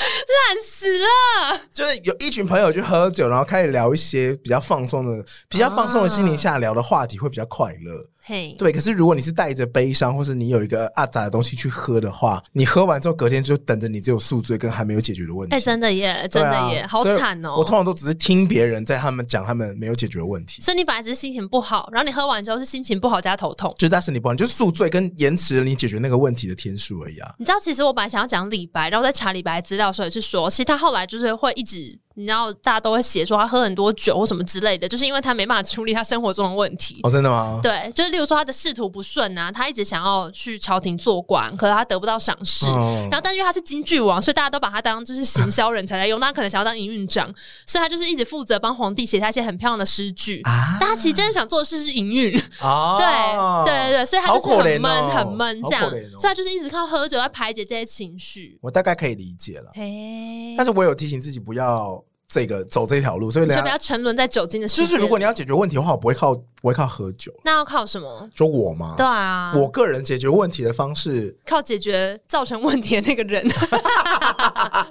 Speaker 2: 烂死了！
Speaker 1: 就是有一群朋友去喝酒，然后开始聊一些比较放松的、比较放松的心情下聊的话题，会比较快乐。
Speaker 2: 嘿，
Speaker 1: 对，可是如果你是带着悲伤，或是你有一个阿杂的东西去喝的话，你喝完之后隔天就等着你只有宿醉跟还没有解决的问题。
Speaker 2: 哎、真的耶，
Speaker 1: 对
Speaker 2: 真
Speaker 1: 啊
Speaker 2: 的耶，好
Speaker 1: 所以
Speaker 2: 惨哦、
Speaker 1: 我通常都只是听别人在他们讲他们没有解决的问题，
Speaker 2: 所以你本来只是心情不好，然后你喝完之后是心情不好加头痛。
Speaker 1: 就是但是你不管就是宿醉跟延迟了你解决那个问题的天数而已啊。
Speaker 2: 你知道，其实我本来想要讲李白，然后在查李白资料的时候也是说，其实他后来就是会一直，你知道，大家都会写说他喝很多酒或什么之类的，就是因为他没办法处理他生活中的问
Speaker 1: [LAUGHS]
Speaker 2: 题。
Speaker 1: 哦，真的吗？
Speaker 2: 对，就是例如说他的仕途不顺啊，他一直想要去朝廷做官，可是他得不到赏识。
Speaker 1: 哦
Speaker 2: 然后，但因为他是京剧王，所以大家都把他当就是行销人才来用。那他可能想要当营运长，所以他就是一直负责帮皇帝写下一些很漂亮的
Speaker 1: [LAUGHS]
Speaker 2: 诗句。
Speaker 1: 啊
Speaker 2: 但他其实真的想做的事是营
Speaker 1: [LAUGHS]
Speaker 2: 运，
Speaker 1: 哦
Speaker 2: [LAUGHS] 对对对对，所以他就是
Speaker 1: 好可怜
Speaker 2: 很闷、
Speaker 1: 哦
Speaker 2: 很闷这样，
Speaker 1: 好可怜哦
Speaker 2: 所以他就是一直靠喝酒来排解这些情绪。
Speaker 1: 我大概可以理解了，
Speaker 2: 嘿，
Speaker 1: 但是我有提醒自己不要这个走这条路，所以
Speaker 2: 你
Speaker 1: 人
Speaker 2: 说不
Speaker 1: 家
Speaker 2: 要沉沦在酒精的世
Speaker 1: 就
Speaker 2: 界。
Speaker 1: 是如果你要解决问题的话，我不会靠不会靠喝酒，
Speaker 2: 那要靠什么？
Speaker 1: 就我嘛
Speaker 2: 对，啊，
Speaker 1: 我个人解决问题的方式，
Speaker 2: 靠解决造成问题的那个人。 [LAUGHS]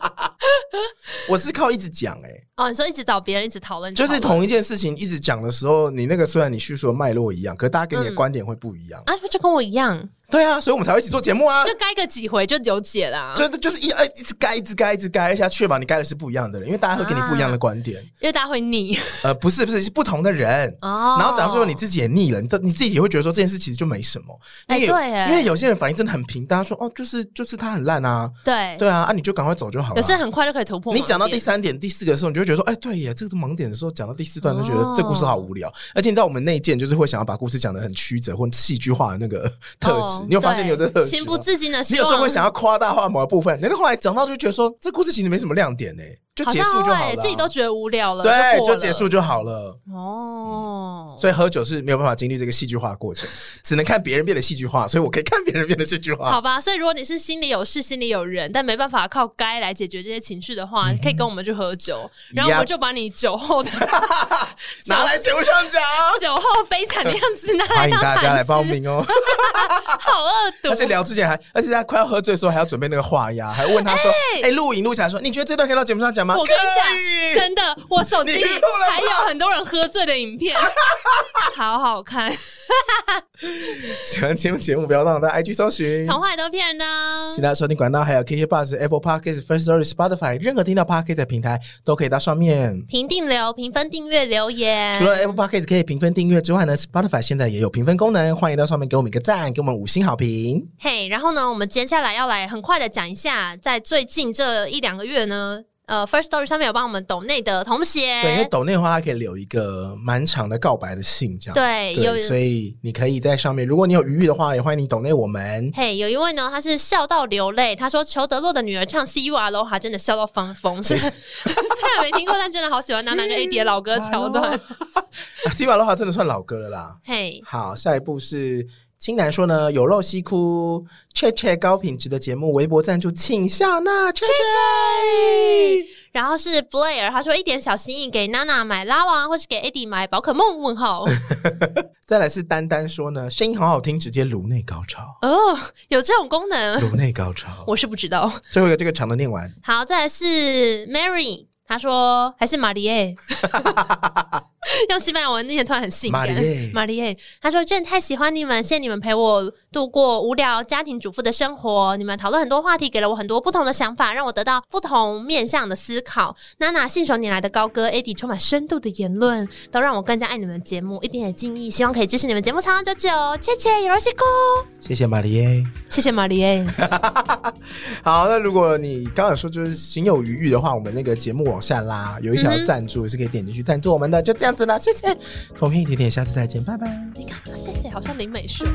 Speaker 1: 我是靠一直讲
Speaker 2: [LAUGHS]
Speaker 1: 哎、
Speaker 2: 哦，你说一直找别人，一直讨论，
Speaker 1: 就是
Speaker 2: 一直讨论
Speaker 1: 同一件事情一直讲的时候，你那个虽然你叙述的脉络一样，可是大家给
Speaker 2: 嗯
Speaker 1: 你的观点会不一样。
Speaker 2: 啊，不就跟我一样，
Speaker 1: 对啊，所以我们才会一起做节目啊。
Speaker 2: 就啊该个几回就有解啦。
Speaker 1: 真的就是一呃一直该一直该一直该，而且要确保你该的是不一样的人，因为大家会给你不一样的观点。
Speaker 2: 因为大家会腻
Speaker 1: 呃，不是不是是不同的人。
Speaker 2: 哦。
Speaker 1: 然后讲到最后你自己也腻了，你都你自己也会觉得说这件事其实就没什么，因
Speaker 2: 哎
Speaker 1: 为有、
Speaker 2: 对耶
Speaker 1: 因为有些人反应真的很平淡，他说哦就是就是他很烂啊，
Speaker 2: 对，
Speaker 1: 对啊啊你就赶快走就好了
Speaker 2: 有。时候很快就可以突破盲
Speaker 1: 你
Speaker 2: 点。
Speaker 1: 讲到第三点、第四个的时候，你就会觉得说，哎，对耶，这个是盲点的时候，讲到第四段就觉得
Speaker 2: 哦
Speaker 1: 这故事好无聊。而且你知道我们内建就是会想要把故事讲的很曲折或戏剧化的那个特质，
Speaker 2: 哦
Speaker 1: 你有发现
Speaker 2: 对
Speaker 1: 你有这个特质吗？
Speaker 2: 情不自禁的，
Speaker 1: 你有时候会想要夸大化某个部分，但是后来讲到就觉得说，这故事其实没什么亮点呢、欸就
Speaker 2: 好
Speaker 1: 结
Speaker 2: 像
Speaker 1: 束就
Speaker 2: 会
Speaker 1: 好了啊、
Speaker 2: 自己都觉得无聊了，
Speaker 1: 对，
Speaker 2: 就
Speaker 1: 就
Speaker 2: 过
Speaker 1: 结
Speaker 2: 了
Speaker 1: 束就好了。
Speaker 2: 哦。
Speaker 1: 所以喝酒是没有办法经历这个戏剧化的过程，只能看别人变得戏剧
Speaker 2: [LAUGHS]
Speaker 1: 化，所以我可以看别人变得戏剧化。
Speaker 2: 好吧，所以如果你是心里有事、心里有人，但没办法靠该来解决这些情绪的话，可以跟我们去喝酒，然后我
Speaker 1: 嗯
Speaker 2: 们
Speaker 1: Yup
Speaker 2: 就把你酒后的
Speaker 1: 拿来节目上讲，
Speaker 2: 酒后悲惨的样子拿来
Speaker 1: 欢迎
Speaker 2: 当
Speaker 1: 大家
Speaker 2: 反
Speaker 1: 来报
Speaker 2: 思，
Speaker 1: 名哦。 [LAUGHS]
Speaker 2: 好恶毒
Speaker 1: 而。且聊之前还，而且他快要喝醉的时候还要准备那个画押，还问他说：“哎，录影录起来说，你觉得这段可以到节目上讲吗？”
Speaker 2: 我跟你讲，
Speaker 1: 可以
Speaker 2: 真的，我手机
Speaker 1: 你
Speaker 2: 里
Speaker 1: 录了吗
Speaker 2: 还有很多人喝醉的影片，好
Speaker 1: [LAUGHS]
Speaker 2: 好看，
Speaker 1: 喜欢节目节目不要忘了到 IG 搜寻。
Speaker 2: 童话也都骗人呢。
Speaker 1: 其他收听管道还有 KK Bus、Apple Podcasts、First Story、Spotify，任何听到 Podcast 的平台都可以到上面。
Speaker 2: 评定留、评分、订阅、留言，
Speaker 1: 除了 Apple Podcast 可以评分订阅之外呢，Spotify 现在也有评分功能，欢迎到上面给我们一个赞，给我们五星好评。
Speaker 2: 嘿然后呢，我们接下来要来很快的讲一下，在最近这一两个月呢，呃，First Story 上面有帮我们抖内的同
Speaker 1: 对，因为
Speaker 2: 学，
Speaker 1: 抖内的话，它可以留一个蛮长的告白的信，这样。
Speaker 2: 对有
Speaker 1: 所以你可以在上面，如果你有余裕的话，也欢迎你抖内我们。 [LAUGHS]
Speaker 2: 嘿有一位呢，他是笑到流泪，他说裘德洛的女儿唱 C U R L 哈，真的笑到发疯， [LAUGHS] 虽然虽然没听过，但真的好喜欢拿那个 A 碟老歌
Speaker 1: [LAUGHS]
Speaker 2: 桥段。
Speaker 1: 啊西瓦的话真的算老歌了啦。
Speaker 2: 嘿，
Speaker 1: 好，下一步是青南说呢，有肉西哭，切切高品质的节目，微博赞助，请笑纳切切。
Speaker 2: 然后是 Blair，他说一点小心意给娜娜买拉王，或是给 Eddie 买宝可梦？问号
Speaker 1: 再来是丹丹说呢，声音好好听，直接颅内高
Speaker 2: [LAUGHS]
Speaker 1: 潮，
Speaker 2: 哦，有这种
Speaker 1: [LAUGHS]
Speaker 2: 功能，
Speaker 1: 颅内高潮。
Speaker 2: 我是不知道。
Speaker 1: 最后一个这个长的念完，
Speaker 2: 好，再来是 Mary，她说还是玛
Speaker 1: [LAUGHS]
Speaker 2: 丽耶，用西班牙文念突然很性感。
Speaker 1: 玛丽耶
Speaker 2: 玛丽耶，她说真的太喜欢你们，谢谢你们陪我度过无聊家庭主妇的生活。你们讨论很多话题，给了我很多不同的想法，让我得到不同面向的思考。娜娜信手拈来的高歌，AD 充满深度的言论，都让我更加爱你们的节目，一点点敬意，希望可以支持你们节目长长久久。谢谢，有谢哭，
Speaker 1: 谢谢玛丽耶。
Speaker 2: 谢谢玛
Speaker 1: [LAUGHS]
Speaker 2: 丽耶。
Speaker 1: 好，那如果你刚刚有说就是行有余裕的话，我们那个节目往下拉，有一条赞助也是可以点进去赞助我们的，就这样子啦，谢谢，同片一点点，下次再见，拜拜。
Speaker 2: 你看，谢谢，好像林美秀。